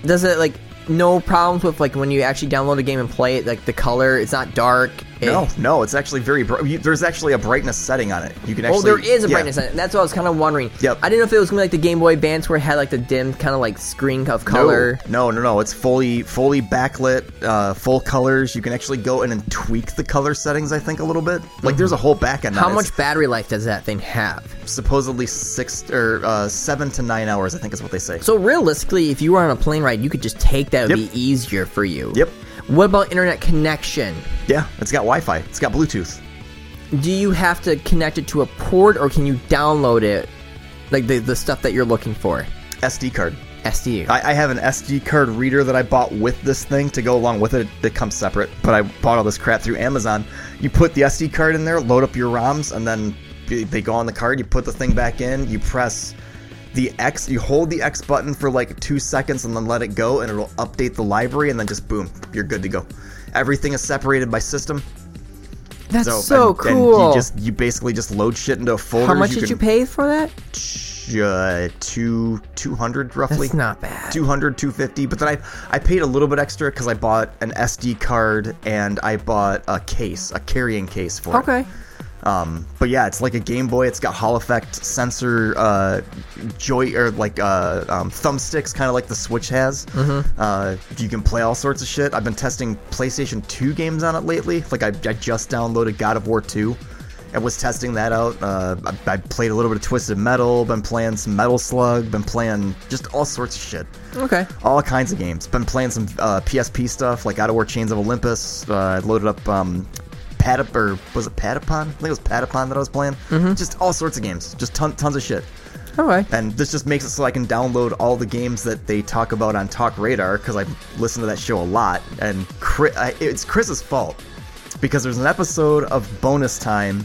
S4: Does it like no problems with like when you actually download a game and play it? Like the color, it's not dark. It,
S3: No, no, it's actually very. Br- you, there's actually a brightness setting on it. You can actually.
S4: Oh, there is a
S3: yeah.
S4: brightness on it. That's what I was kind of wondering.
S3: Yep.
S4: I didn't know if it was gonna be like the Game Boy Advance where it had like the dim kind of like screen of color.
S3: No, no, no, no. It's fully fully backlit, uh, full colors. You can actually go in and tweak the color settings. I think a little bit. Like there's a whole back end.
S4: Mm-hmm. How
S3: on it.
S4: much battery life does that thing have?
S3: It's supposedly six or uh, seven to nine hours. I think is what they say.
S4: So realistically, if you were on a plane ride, you could just take that. It would
S3: Yep.
S4: be easier for you.
S3: Yep.
S4: What about internet connection?
S3: yeah, it's got Wi-Fi. It's got Bluetooth.
S4: Do you have to connect it to a port, or can you download it, like the, the stuff that you're looking for?
S3: SD card.
S4: SD.
S3: I, I have an SD card reader that I bought with this thing to go along with it. It comes separate, but I bought all this crap through Amazon. You put the SD card in there, load up your ROMs, and then they they go on the card. You put the thing back in, you press the X, you hold the X button for like two seconds and then let it go, and it'll update the library, and then just boom, you're good to go. Everything is separated by system.
S4: That's so,
S3: and- and
S4: cool.
S3: you just you basically just load shit into a folder.
S4: How much did you
S3: can-
S4: pay for that?
S3: Uh, two two hundred roughly.
S4: That's not bad.
S3: 200 250 but then i i paid a little bit extra because i bought an sd card and i bought a case a carrying case for it
S4: Okay.
S3: um but yeah it's like a game boy it's got hall effect sensor uh joy or like uh um, thumbsticks kind of like the switch has uh you can play all sorts of shit i've been testing playstation 2 games on it lately like i, I just downloaded god of war 2 and was testing that out. Uh, I, I played a little bit of Twisted Metal, been playing some Metal Slug, been playing just all sorts of shit
S4: Okay.
S3: all kinds of games. Been playing some uh, PSP stuff like God of War: Chains of Olympus. Uh, I loaded up um, Patap or was it Patapon? I think it was Patapon that I was playing. Just all sorts of games, just ton- tons of shit.
S4: All right.
S3: And this just makes it so I can download all the games that they talk about on Talk Radar because I listen to that show a lot. And Chri- I, it's Chris's fault because there's an episode of Bonus Time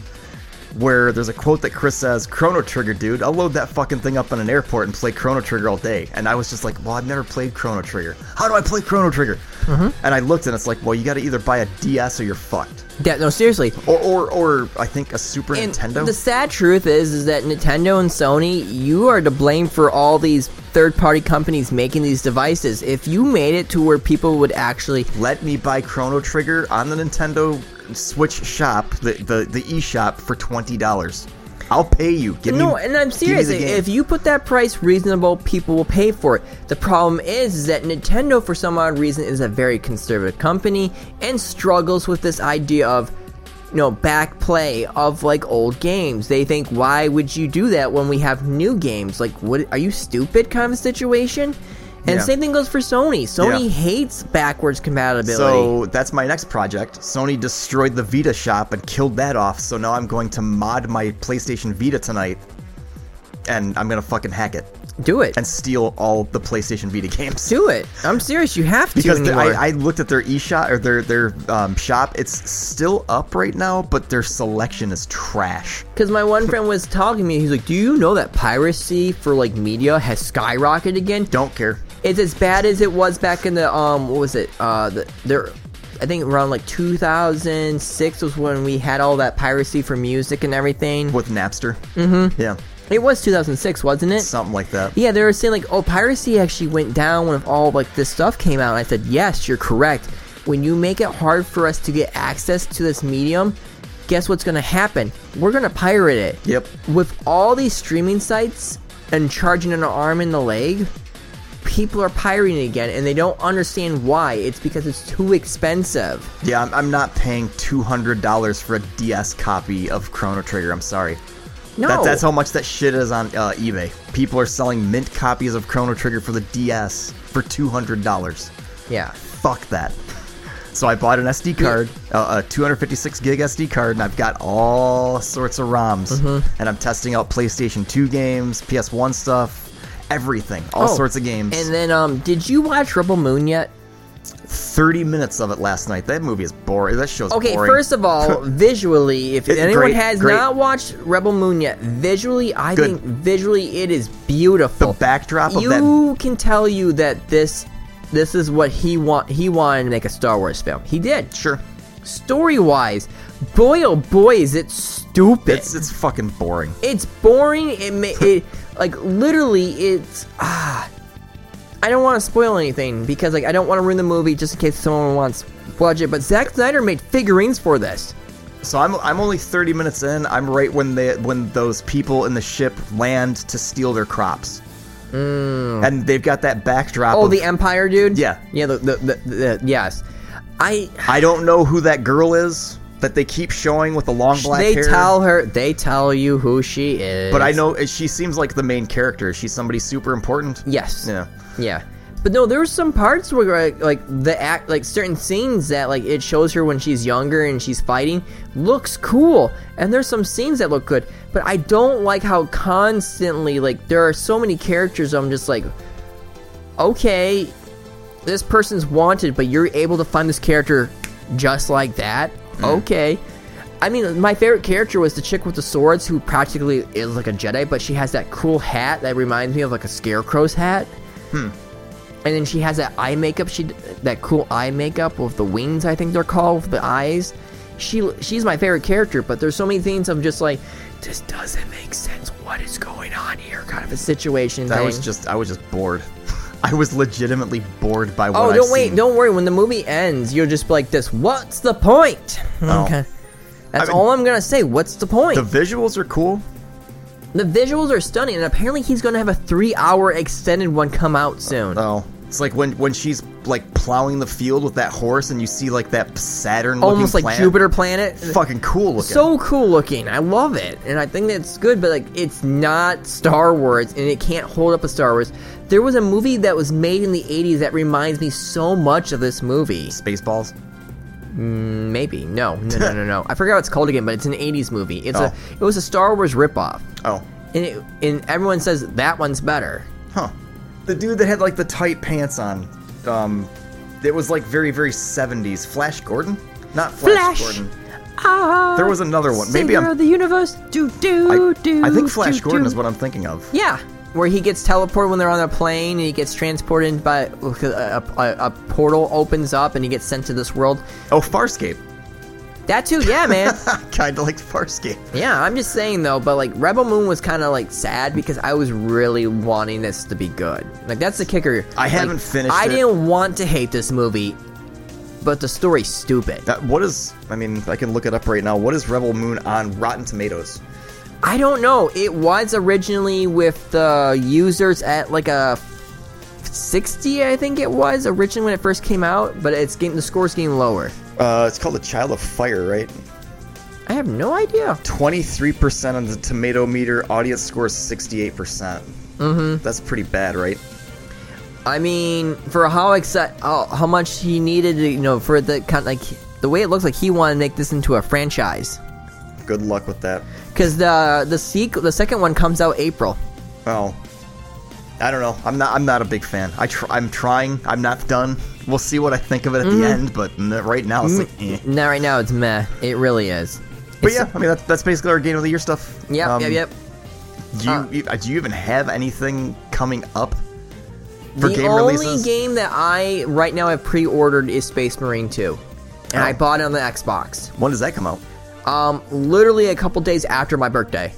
S3: where there's a quote that Chris says, "Chrono Trigger, dude, I'll load that fucking thing up in an airport and play Chrono Trigger all day." And I was just like, "Well, I've never played Chrono Trigger. How do I play Chrono Trigger?" And I looked and it's like, "Well, you got to either buy a DS or you're fucked."
S4: Yeah, no, seriously.
S3: Or, or, or I think a Super
S4: And
S3: Nintendo.
S4: The sad truth is, is that Nintendo and Sony, you are to blame for all these third-party companies making these devices. If you made it to where people would actually
S3: let me buy Chrono Trigger on the Nintendo Switch shop, the the, the eShop for twenty dollars. I'll pay you. Give
S4: no,
S3: me,
S4: and I'm
S3: give me the
S4: serious.
S3: game.
S4: If you put that price reasonable, people will pay for it. The problem is, is that Nintendo, for some odd reason, is a very conservative company and struggles with this idea of, you know, back play of like old games. They think, why would you do that when we have new games? Like, what are you stupid? Kind of situation. And
S3: Yeah.
S4: same thing goes for Sony. Sony
S3: Yeah.
S4: hates backwards compatibility.
S3: so that's my next project. Sony destroyed the Vita shop and killed that off. So now I'm going to mod my PlayStation Vita tonight, and I'm gonna fucking hack it
S4: do it.
S3: and steal all the PlayStation Vita games.
S4: do it. I'm serious. You have to.
S3: because the-
S4: anymore.
S3: I, I looked at their eShop or their their um, shop. It's still up right now, but their selection is trash.
S4: Because my one friend was talking to me, he's like, "Do you know that piracy for like media has skyrocketed again?
S3: Don't care.
S4: It's as bad as it was back in the um, what was it? Uh, the, there, I think around like 2006 was when we had all that piracy for music and everything.
S3: with Napster. Mm-hmm. Yeah,
S4: It was 2006, wasn't it?
S3: something like that.
S4: Yeah, they were saying like, oh, piracy actually went down when all like this stuff came out. And I said, yes, you're correct. When you make it hard for us to get access to this medium, guess what's going to happen? We're going to pirate it.
S3: Yep.
S4: With all these streaming sites and charging an arm and a leg, people are pirating again, and they don't understand why. It's because it's too expensive.
S3: Yeah, I'm, I'm not paying two hundred dollars for a DS copy of Chrono Trigger. I'm sorry.
S4: No,
S3: That, that's how much that shit is on uh, eBay. People are selling mint copies of Chrono Trigger for the DS for two hundred dollars.
S4: Yeah.
S3: Fuck that. So I bought an SD card, uh, a 256 gig SD card, and I've got
S4: Mm-hmm.
S3: all sorts of ROMs. And I'm testing out PlayStation 2 games, PS1 stuff, everything, all
S4: Oh,
S3: sorts of games.
S4: And then, um, did you watch Rebel Moon yet?
S3: 30 minutes of it last night. That movie is boring. That show's
S4: Okay,
S3: boring.
S4: first of all, visually, if
S3: It-
S4: anyone
S3: great,
S4: has
S3: great.
S4: not watched Rebel Moon yet, visually, I
S3: Good.
S4: think visually it is beautiful.
S3: The backdrop of
S4: you can tell you that this this is what he want he wanted to make a Star Wars film. He did.
S3: Sure.
S4: Story wise, boy oh boy is it stupid.
S3: It's, it's fucking boring.
S4: it's boring. It ma- it like literally it's ah. I don't want to spoil anything because like I don't want to ruin the movie just in case someone wants to watch it. But Zack Snyder made figurines for this.
S3: So I'm I'm only 30 minutes in. I'm right when they when those people in the ship land to steal their crops. And they've got that backdrop.
S4: Hmm. Oh,
S3: of,
S4: the Empire, dude.
S3: Yeah.
S4: yeah. The the, the, the yes. I
S3: I don't know who that girl is that they keep showing with the long black
S4: they
S3: hair.
S4: tell her they tell you who she is.
S3: But I know eh, she seems like the main character. She's somebody super important.
S4: Yes.
S3: Yeah.
S4: Yeah. But no, there were some parts where like, like the act, like certain scenes that like it shows her when she's younger and she's fighting looks cool, and there's some scenes that look good. But I don't like how constantly like there are so many characters. I'm just like, okay, this person's wanted, but you're able to find this character just like that.
S3: Mm.
S4: Okay. I mean, my favorite character was the chick with the swords who practically is like a Jedi, but she has that cool hat that reminds me of like a scarecrow's hat.
S3: Hmm.
S4: And then she has that eye makeup. She d- that cool eye makeup with the wings. I think they're called with the eyes. She she's my favorite character. But there's so many things I'm just like, this doesn't make sense. What is going on here? Kind of a situation.
S3: That
S4: thing.
S3: was just I was just bored. I was legitimately bored by what
S4: Oh,
S3: I've
S4: don't wait!
S3: seen.
S4: Don't worry. When the movie ends, you'll just be like this. What's the point?
S3: Oh.
S4: That's
S3: I mean-
S4: all I'm gonna say. What's the point?
S3: The visuals are cool.
S4: The visuals are stunning, and apparently he's gonna have a three-hour extended one come out soon.
S3: Oh, it's like when when she's like plowing the field with that horse, and you see like that Saturn looking
S4: Almost like
S3: planet.
S4: Jupiter planet.
S3: Fucking cool looking.
S4: So cool looking. I love it, and I think that's good. But like, it's not Star Wars, and it can't hold up a Star Wars. There was a movie that was made in the '80s that reminds me so much of this movie.
S3: Spaceballs.
S4: Maybe no, no, no, no, no. I forgot what it's called again, but it's an '80s movie. It's
S3: Oh.
S4: a it was a Star Wars ripoff,
S3: Oh,
S4: and it, and everyone says that one's better.
S3: huh. The dude that had like the tight pants on, um, it was like very very seventies. Flash Gordon, not Flash,
S4: Flash.
S3: Gordon. there was another one. Maybe
S4: Savior
S3: I'm.
S4: of the universe. Do do
S3: I,
S4: do.
S3: I think Flash
S4: do,
S3: Gordon
S4: do.
S3: is what I'm thinking of.
S4: Yeah, where he gets teleported when they're on a plane, and he gets transported by a, a, a portal opens up, and he gets sent to this world.
S3: Oh, Farscape.
S4: That too, yeah, man.
S3: kind of like Farscape.
S4: yeah, I'm just saying though, but like Rebel Moon was kind of like sad because I was really wanting this to be good. Like that's the kicker.
S3: I
S4: Like,
S3: haven't finished
S4: I
S3: it.
S4: didn't want to hate this movie, but the story's stupid.
S3: That, what is? I mean, I can look it up right now. What is Rebel Moon on Rotten Tomatoes?
S4: I don't know. It was originally with the users at like a 60, I think it was originally when it first came out, but it's getting the score's getting lower.
S3: Uh, it's called The Child of Fire, right?
S4: I have no idea.
S3: 23% on the tomato meter, audience score is 68%. Mm-hmm. That's pretty bad, right?
S4: I mean, for how exci- how, how much he needed, to, you know, for the kind like the way it looks like he wanted to make this into a franchise
S3: Good luck with that.
S4: because the the sequel, the second one comes out April.
S3: Oh, I don't know. I'm not. I'm not a big fan. I tr- I'm trying. I'm not done. We'll see what I think of it at
S4: Mm-hmm.
S3: the end. But n- right now, it's like. Eh.
S4: Now, right now, it's meh. It really is.
S3: But yeah, I mean that's that's basically our game of the year stuff.
S4: Yep,
S3: Um,
S4: yep, yep.
S3: Do you
S4: Uh,
S3: you- uh, do you even have anything coming up for
S4: the
S3: game
S4: only
S3: releases?
S4: game that I right now have pre-ordered is Space Marine 2, and
S3: Oh.
S4: I bought it on the Xbox.
S3: when does that come out?
S4: Um, literally a couple days after my birthday.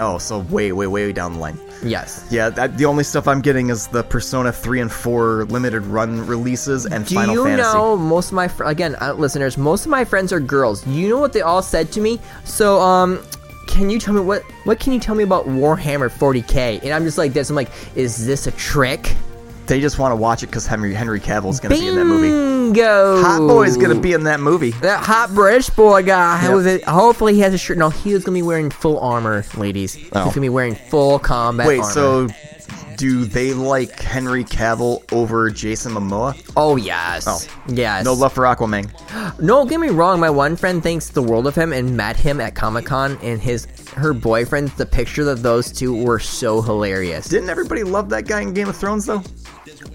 S3: Oh, so way way way down the line.
S4: Yes.
S3: Yeah, that, the only stuff I'm getting is the Persona 3 and 4 limited run releases and
S4: Do
S3: Final
S4: you
S3: Fantasy.
S4: know most of my fr- again uh, listeners? Most of my friends are girls. You know what they all said to me? So um, can you tell me what what can you tell me about Warhammer 40k? And I'm just like this. I'm like, is this a trick?
S3: They just want to watch it because Henry Henry Cavill's going to be in that movie.
S4: Bingo.
S3: Hot Boy's going to be in that movie.
S4: That hot British boy guy.
S3: Yep.
S4: with it- Hopefully he has a shirt. No, he was gonna be wearing full armor, ladies. He's gonna be wearing full combat.
S3: Oh. Wait,
S4: armor.
S3: so do they like Henry Cavill over Jason Momoa?
S4: Oh yes,
S3: Oh.
S4: yes.
S3: No love for Aquaman.
S4: No, get me wrong. My one friend thinks the world of him and met him at Comic Con, and his her boyfriend. The picture of those two were so hilarious.
S3: Didn't everybody love that guy in Game of Thrones though?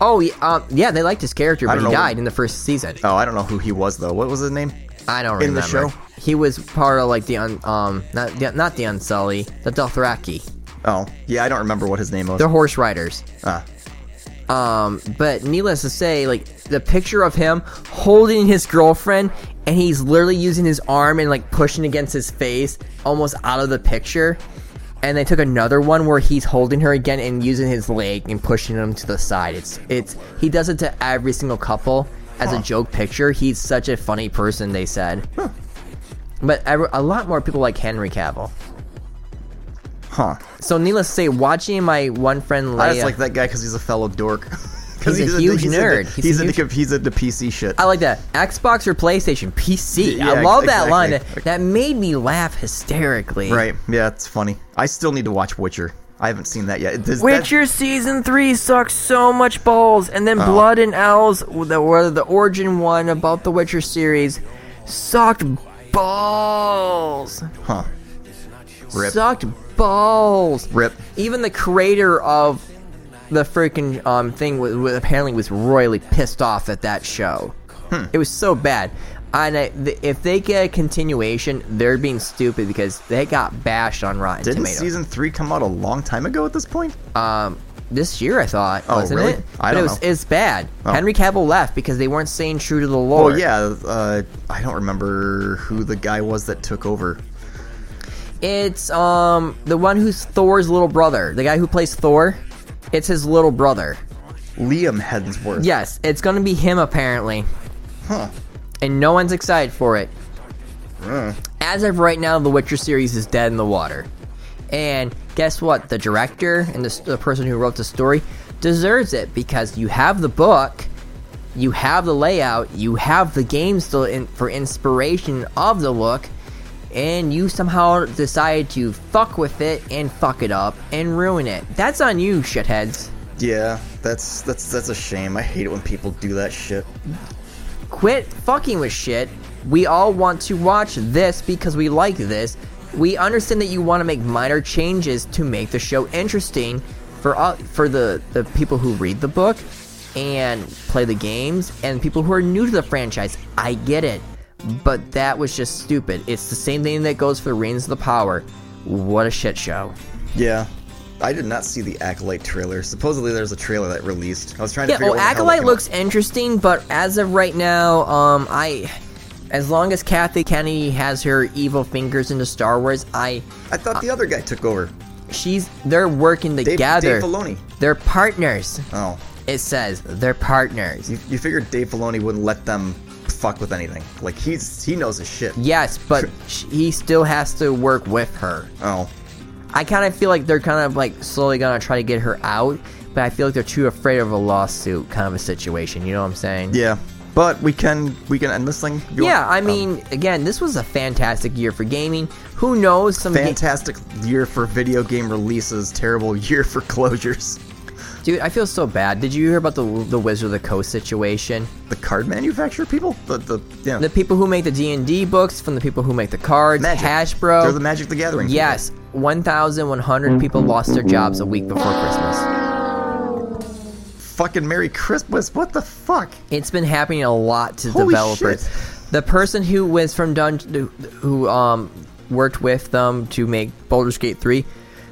S4: oh yeah, um, yeah, they liked his character,
S3: I
S4: but
S3: don't
S4: he
S3: know
S4: died
S3: what-
S4: in the first season.
S3: Oh, I don't know who he was though. What was his name?
S4: I don't
S3: in
S4: remember.
S3: the show?
S4: he was part of like the un, um not the, not the Unsully, the Dothraki,
S3: Oh, yeah, I don't remember what his name was.
S4: the horse riders.
S3: Ah.
S4: Um, but needless to say, like the picture of him holding his girlfriend and he's literally using his arm and like pushing against his face almost out of the picture. And they took another one where he's holding her again and using his leg and pushing him to the side. It's it's he does it to every single couple as a joke picture. He's such a funny person, they said. But ever, a lot more people like Henry Cavill.
S3: Huh.
S4: So needless to say, watching my one friend Leia,
S3: I just like that guy because he's a fellow dork. 'Cause
S4: He's a huge nerd.
S3: He's,
S4: He's a
S3: he's, into,
S4: huge-
S3: he's into PC shit.
S4: I like that. Xbox or PlayStation, PC.
S3: Yeah,
S4: I love
S3: ex-
S4: that line.
S3: exactly.
S4: That, that made me laugh hysterically.
S3: right? Yeah, it's funny. I still need to watch Witcher. I haven't seen that yet. Does that-
S4: Witcher season three sucks so much balls, and
S3: Oh.
S4: then Blood and Owls, the were the origin one about the Witcher series, sucked balls.
S3: huh? Rip.
S4: Sucked balls.
S3: Rip.
S4: Even the creator of the freaking um, thing was, was- apparently was royally pissed off at that show.
S3: Hmm.
S4: It was so bad. And I, th- if they get a continuation, they're being stupid because they got bashed on Rotten
S3: Didn't
S4: Tomatoes.
S3: season three come out a long time ago at this point?
S4: um, this year, I thought,
S3: Oh,
S4: wasn't
S3: really?
S4: it?
S3: I
S4: but
S3: don't
S4: it was,
S3: know.
S4: It's bad. Henry Cavill left because they weren't staying true to the
S3: Oh
S4: lore.
S3: yeah, uh, I don't remember who the guy was that took over.
S4: It's um the one who's Thor's little brother, the guy who plays Thor. It's his little brother.
S3: Liam Hemsworth.
S4: Yes, it's gonna be him apparently. Huh. And no one's excited for it. As of right now, the Witcher series is dead in the water. And guess what? The director and the, the person who wrote the story deserves it because you have the book, you have the layout, you have the game still in, for inspiration of the look, and you somehow decide to fuck with it and fuck it up and ruin it. That's on you, shitheads.
S3: Yeah, that's that's that's a shame. I hate it when people do that shit.
S4: quit fucking with shit. We all want to watch this because we like this. We understand that you want to make minor changes to make the show interesting for all, for the, the people who read the book and play the games and people who are new to the franchise. I get it. But that was just stupid. It's the same thing that goes for Rings of the Power. What a shit show.
S3: Yeah. I did not see the Acolyte trailer. Supposedly there's a trailer that released. I was trying to
S4: Yeah,
S3: figure
S4: well,
S3: out
S4: Acolyte
S3: what
S4: looks interesting, but as of right now, um, I, as long as Kathy Kennedy has her evil fingers into Star Wars, I,
S3: I thought the other guy took over.
S4: she's they're working
S3: Dave,
S4: together.
S3: Dave Filoni.
S4: they're partners.
S3: Oh.
S4: It says they're partners.
S3: You, you figured Dave Filoni wouldn't let them fuck with anything. Like he's he knows his shit.
S4: Yes, but sh- he still has to work with her.
S3: Oh.
S4: I kind of feel like they're kind of like slowly gonna try to get her out, but I feel like they're too afraid of a lawsuit kind of a situation. You know what I'm saying?
S3: Yeah. But we can we can end this thing. if you want.
S4: Yeah, I
S3: Um,
S4: mean, again, this was a fantastic year for gaming. Who knows? Some ga-
S3: fantastic year for video game releases, terrible year for closures.
S4: Dude, I feel so bad. Did you hear about the the Wizard of the Coast situation?
S3: The card manufacturer people? The the yeah.
S4: The people who make the D and D books, from the people who make the cards,
S3: Magic.
S4: Hashbro.
S3: They're the Magic the Gathering. people.
S4: yes, 1,100 people lost their jobs a week before Christmas.
S3: Fucking Merry Christmas. What the fuck?
S4: It's been happening a lot to
S3: Holy
S4: developers.
S3: shit.
S4: The person who was from Dungeon, who um worked with them to make Baldur's Gate 3,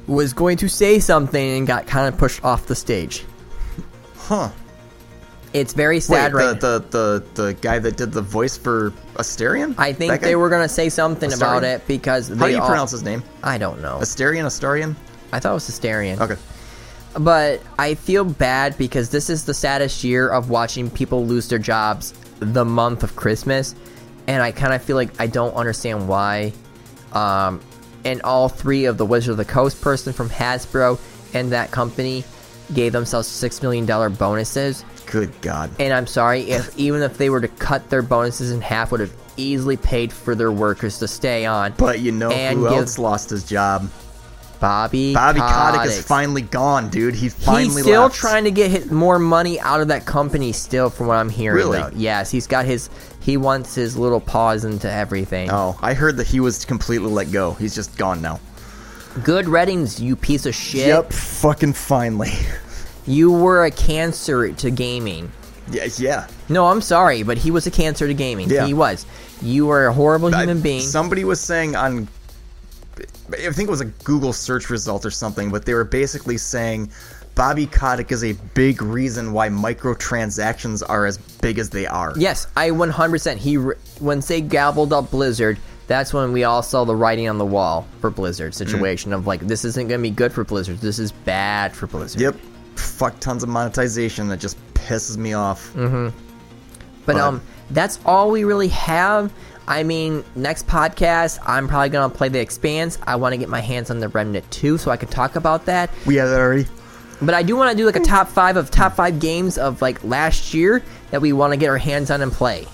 S4: was going to say something and got kind of pushed off the stage.
S3: Huh.
S4: It's very
S3: Wait,
S4: sad right now.
S3: the, the the the guy that did the voice for Asterion?
S4: I
S3: That
S4: think
S3: guy?
S4: they were gonna say something about
S3: Astarian?
S4: it because they
S3: How do you
S4: all-
S3: pronounce his name?
S4: I don't know.
S3: Asterion, Asterion?
S4: I thought it was Hysterian.
S3: Okay.
S4: But I feel bad because this is the saddest year of watching people lose their jobs the month of Christmas, and I kind of feel like I don't understand why. Um, and all three of the Wizard of the Coast person from Hasbro and that company gave themselves six million dollar bonuses.
S3: Good God.
S4: And I'm sorry if even if they were to cut their bonuses in half, would have easily paid for their workers to stay on.
S3: But you know
S4: And
S3: who
S4: give-
S3: else lost his job?
S4: Bobby
S3: Bobby Kotick is
S4: Kotick.
S3: finally gone, dude. He finally
S4: he's still
S3: left.
S4: trying to get his, more money out of that company still from what i'm hearing
S3: Really?
S4: though. yes he's got his he wants his little paws into everything
S3: Oh, I heard that he was completely let go. He's just gone now.
S4: good reddings you piece of shit
S3: Yep, fucking finally.
S4: you were a cancer to gaming
S3: Yeah, yeah.
S4: no i'm sorry but he was a cancer to gaming
S3: Yeah.
S4: he was you were a horrible
S3: I-
S4: human being
S3: Somebody was saying on, I think it was a Google search result or something, but they were basically saying Bobby Kotick is a big reason why microtransactions are as big as they are.
S4: yes i 100% he re- when they gobbled up blizzard that's when we all saw the writing on the wall for blizzard
S3: Mm.
S4: situation of like this isn't going to be good for blizzard this is bad for blizzard
S3: Yep. Fuck tons of monetization that just pisses me off.
S4: But
S3: But-
S4: um, that's all we really have. I mean, next podcast, I'm probably gonna play The Expanse. I want to get my hands on the Remnant 2 so I can talk about that.
S3: We have that already.
S4: But I do want to do
S3: Hmm.
S4: like a top five of top five games of like last year that we want to get our hands on and play.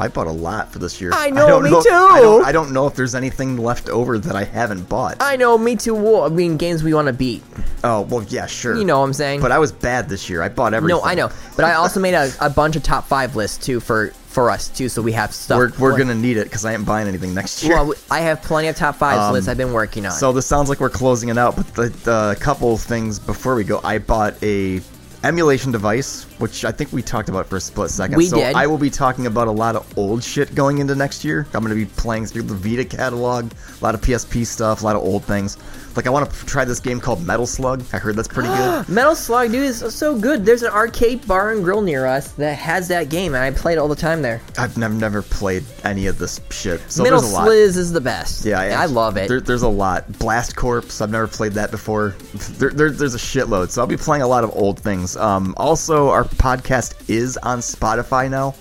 S3: I bought a lot for this year.
S4: I know,
S3: don't
S4: me
S3: know-
S4: too.
S3: I don't, I don't know if there's anything left over that I haven't bought.
S4: I know, me too. Well, I mean, games we want to beat.
S3: oh well, yeah, sure.
S4: You know what I'm saying?
S3: But I was bad this year. I bought everything.
S4: No, I know. But I also made a, a bunch of top five lists too for for us too, so we have stuff.
S3: We're, we're
S4: Like-
S3: gonna need it because I ain't buying anything next year.
S4: Well, I have plenty of top fives lists I've been working on.
S3: Um, So this sounds like we're closing it out, but the, the couple things before we go, I bought a emulation device, which I think we talked about for a split second.
S4: We
S3: so
S4: did.
S3: I will be talking about a lot of old shit going into next year. I'm going to be playing through the Vita catalog, a lot of PSP stuff, a lot of old things. Like I want to try this game called Metal Slug. I heard that's pretty good.
S4: Metal Slug, dude, is so good. There's an arcade bar and grill near us that has that game, and I play it all the time there.
S3: I've never never played any of this shit. So
S4: Metal
S3: there's a lot.
S4: Sliz is the best.
S3: Yeah,
S4: I love it.
S3: There, there's a lot. Blast Corps. I've never played that before. There, there, there's a shitload. So I'll be playing a lot of old things. Um, also, our podcast is on Spotify now.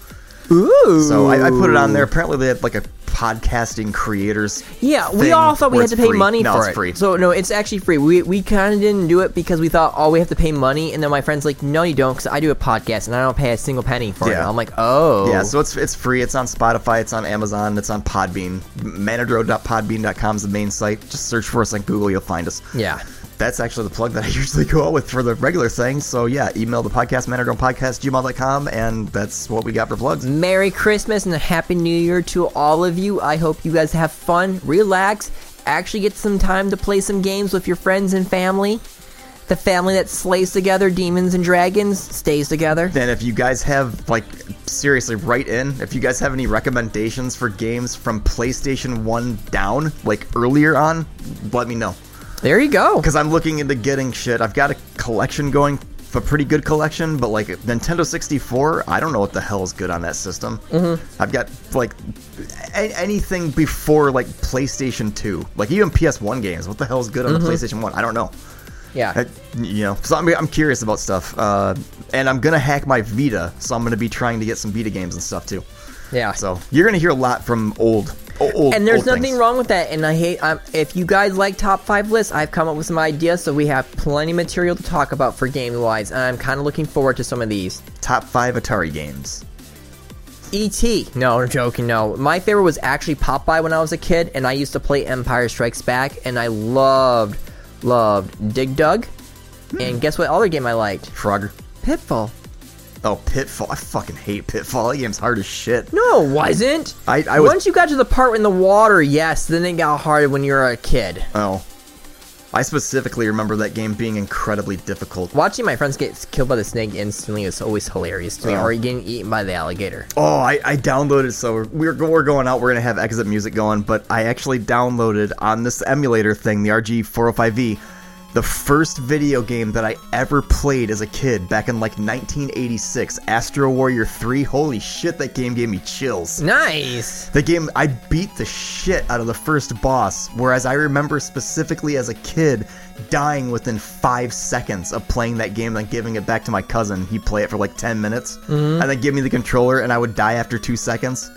S4: Ooh.
S3: So I, I put it on there. Apparently, they have like a podcasting creators.
S4: Yeah, we
S3: thing
S4: all thought we
S3: where
S4: had to
S3: it's
S4: pay
S3: free.
S4: money
S3: no,
S4: for
S3: it's
S4: it.
S3: Free.
S4: So no, it's actually free. We we kind of didn't do it because we thought, oh, we have to pay money, and then my friend's like, no, you don't, because I do a podcast and I don't pay a single penny for it.
S3: Yeah.
S4: I'm like, oh,
S3: yeah, so it's it's free. It's on Spotify. It's on Amazon. It's on Podbean. Manadro.podbean.com is the main site. Just search for us on Google. You'll find us.
S4: yeah.
S3: that's actually the plug that I usually go out with for the regular thing. So yeah, email the podcast manager on podcast@gmail.com, and that's what we got for plugs.
S4: Merry Christmas and a Happy New Year to all of you. I hope you guys have fun, relax, actually get some time to play some games with your friends and family. The family that slays together demons and dragons stays together.
S3: And if you guys have like seriously, write in. If you guys have any recommendations for games from PlayStation One down, like earlier on, let me know.
S4: There you go.
S3: Because I'm looking into getting shit. I've got a collection going, a pretty good collection, but like Nintendo 64, I don't know what the hell is good on that system. Mm-hmm. I've got like a- anything before like PlayStation 2, like even PS1 games. What the hell is good on
S4: Mm-hmm.
S3: the PlayStation 1? I don't know.
S4: Yeah.
S3: I, you know, so I'm, I'm curious about stuff. Uh, and I'm going to hack my Vita, so I'm going to be trying to get some Vita games and stuff too.
S4: Yeah.
S3: So you're going to hear a lot from old. o- old
S4: And there's
S3: old
S4: nothing
S3: things.
S4: wrong with that. And I hate um, if you guys like top five lists. I've come up with some ideas, so we have plenty of material to talk about for game wise. And I'm kind of looking forward to some of these.
S3: Top five Atari games.
S4: E.T. E No, I'm joking. No, my favorite was actually Popeye when I was a kid, and I used to play Empire Strikes Back, and I loved, loved Dig Dug.
S3: Hmm.
S4: And guess what other game I liked?
S3: Frogger.
S4: Pitfall.
S3: Oh, Pitfall. I fucking hate Pitfall. That game's hard as shit.
S4: No, it wasn't.
S3: I- I was-
S4: Once you got to the part in the water, yes, then it got hard when you were a kid.
S3: Oh. I specifically remember that game being incredibly difficult.
S4: Watching my friends get killed by the snake instantly was always hilarious to me,
S3: Oh.
S4: or getting eaten by the alligator.
S3: Oh, I, I downloaded, so we're, we're, go- we're going out, we're going to have exit music going, but I actually downloaded on this emulator thing, the RG405E, E, the first video game that I ever played as a kid back in like 1986, Astro Warrior 3. Holy shit, that game gave me chills.
S4: Nice.
S3: The game, I beat the shit out of the first boss, whereas I remember specifically as a kid dying within five seconds of playing that game and giving it back to my cousin. He'd play it for like 10 minutes and then give me the controller, and I would die after two seconds.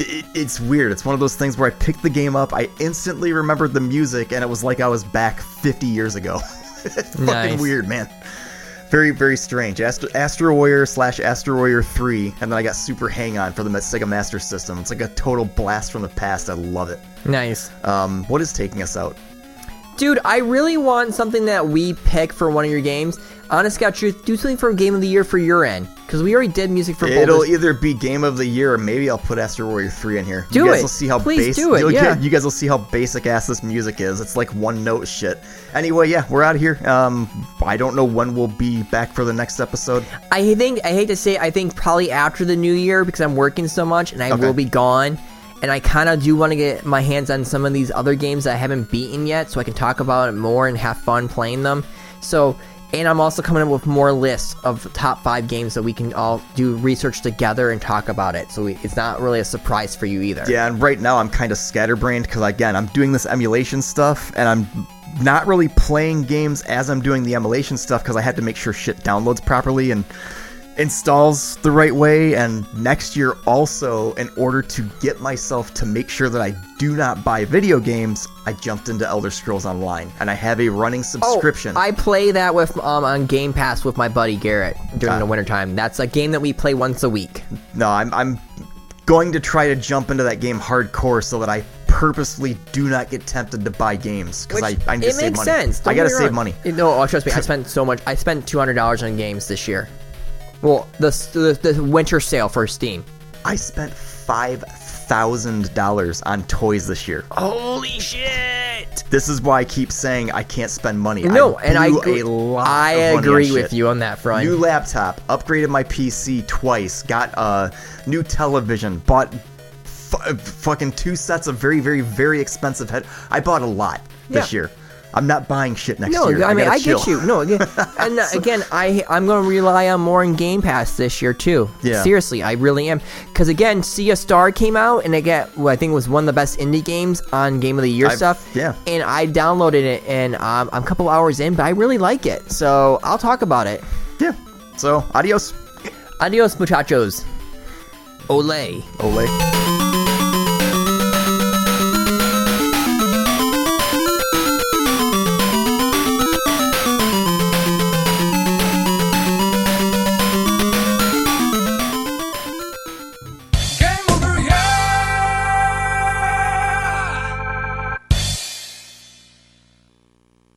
S3: It- it's weird. It's one of those things where I picked the game up, I instantly remembered the music, and it was like I was back 50 years ago. it's fucking
S4: Nice.
S3: weird, man. Very, very strange. Astro, Astro Warrior slash Astro Warrior 3, and then I got Super Hang On for the Sega Master System. It's like a total blast from the past. I love it.
S4: Nice.
S3: Um, what is taking us out?
S4: Dude, I really want something that we pick for one of your games. Honest God Truth, do something for Game of the Year for your end. Because we already did music for
S3: It'll
S4: Baldur's-
S3: either be game of the year, or maybe I'll put Astro Warrior Three in here.
S4: Do
S3: you guys
S4: it.
S3: will see how
S4: Please
S3: base-
S4: do it,
S3: you'll-
S4: yeah.
S3: You guys will see how basic ass this music is. It's like one note shit. Anyway, yeah, we're out of here. Um, I don't know when we'll be back for the next episode.
S4: I think I hate to say it, I think probably after the new year because I'm working so much and I
S3: Okay.
S4: will be gone. And I kind of do want to get my hands on some of these other games that I haven't beaten yet, so I can talk about it more and have fun playing them. So, and I'm also coming up with more lists of top five games that we can all do research together and talk about it. So we, it's not really a surprise for you either.
S3: Yeah, and right now I'm kind of scatterbrained because again I'm doing this emulation stuff and I'm not really playing games as I'm doing the emulation stuff because I had to make sure shit downloads properly and installs the right way. And next year also, in order to get myself to make sure that I do not buy video games, I jumped into Elder Scrolls Online and I have a running
S4: Oh,
S3: subscription.
S4: I play that with um, on Game Pass with my buddy Garrett during
S3: Got
S4: the
S3: it.
S4: wintertime. That's a game that we play once a week.
S3: No, I'm I'm going to try to jump into that game hardcore so that I purposely do not get tempted to buy games because I,
S4: Which-
S3: I need to
S4: it
S3: save
S4: makes
S3: money.
S4: sense.
S3: I
S4: Don't
S3: gotta
S4: get me
S3: save
S4: wrong.
S3: money.
S4: It- No, oh, trust me. I spent so much. I spent two hundred dollars on games this year. Well, the the, the winter sale for Steam.
S3: I spent five thousand dollars on toys this year.
S4: Holy shit!
S3: This is why I keep saying I can't spend money.
S4: No,
S3: I
S4: and I
S3: blew
S4: agree-
S3: a lot
S4: I
S3: of money on
S4: agree with
S3: shit.
S4: you on that front.
S3: New laptop, upgraded my PC twice, got a uh, new television, bought f- fucking two sets of very, very, very expensive head. I bought a lot this
S4: Yeah.
S3: year. I'm not buying shit next
S4: no,
S3: year.
S4: I mean
S3: gotta
S4: I
S3: chill.
S4: get you. No, again, and uh, again, I I'm gonna rely on more in Game Pass this year too.
S3: Yeah.
S4: seriously, I really am. Because again, Sea of Star came out, and again, well, I think it was one of the best indie games on Game of the Year
S3: I've-
S4: stuff.
S3: yeah.
S4: and I downloaded it, and um, I'm a couple hours in, but I really like it. So I'll talk about it.
S3: Yeah. So, adios.
S4: Adios, muchachos. Ole.
S3: Ole.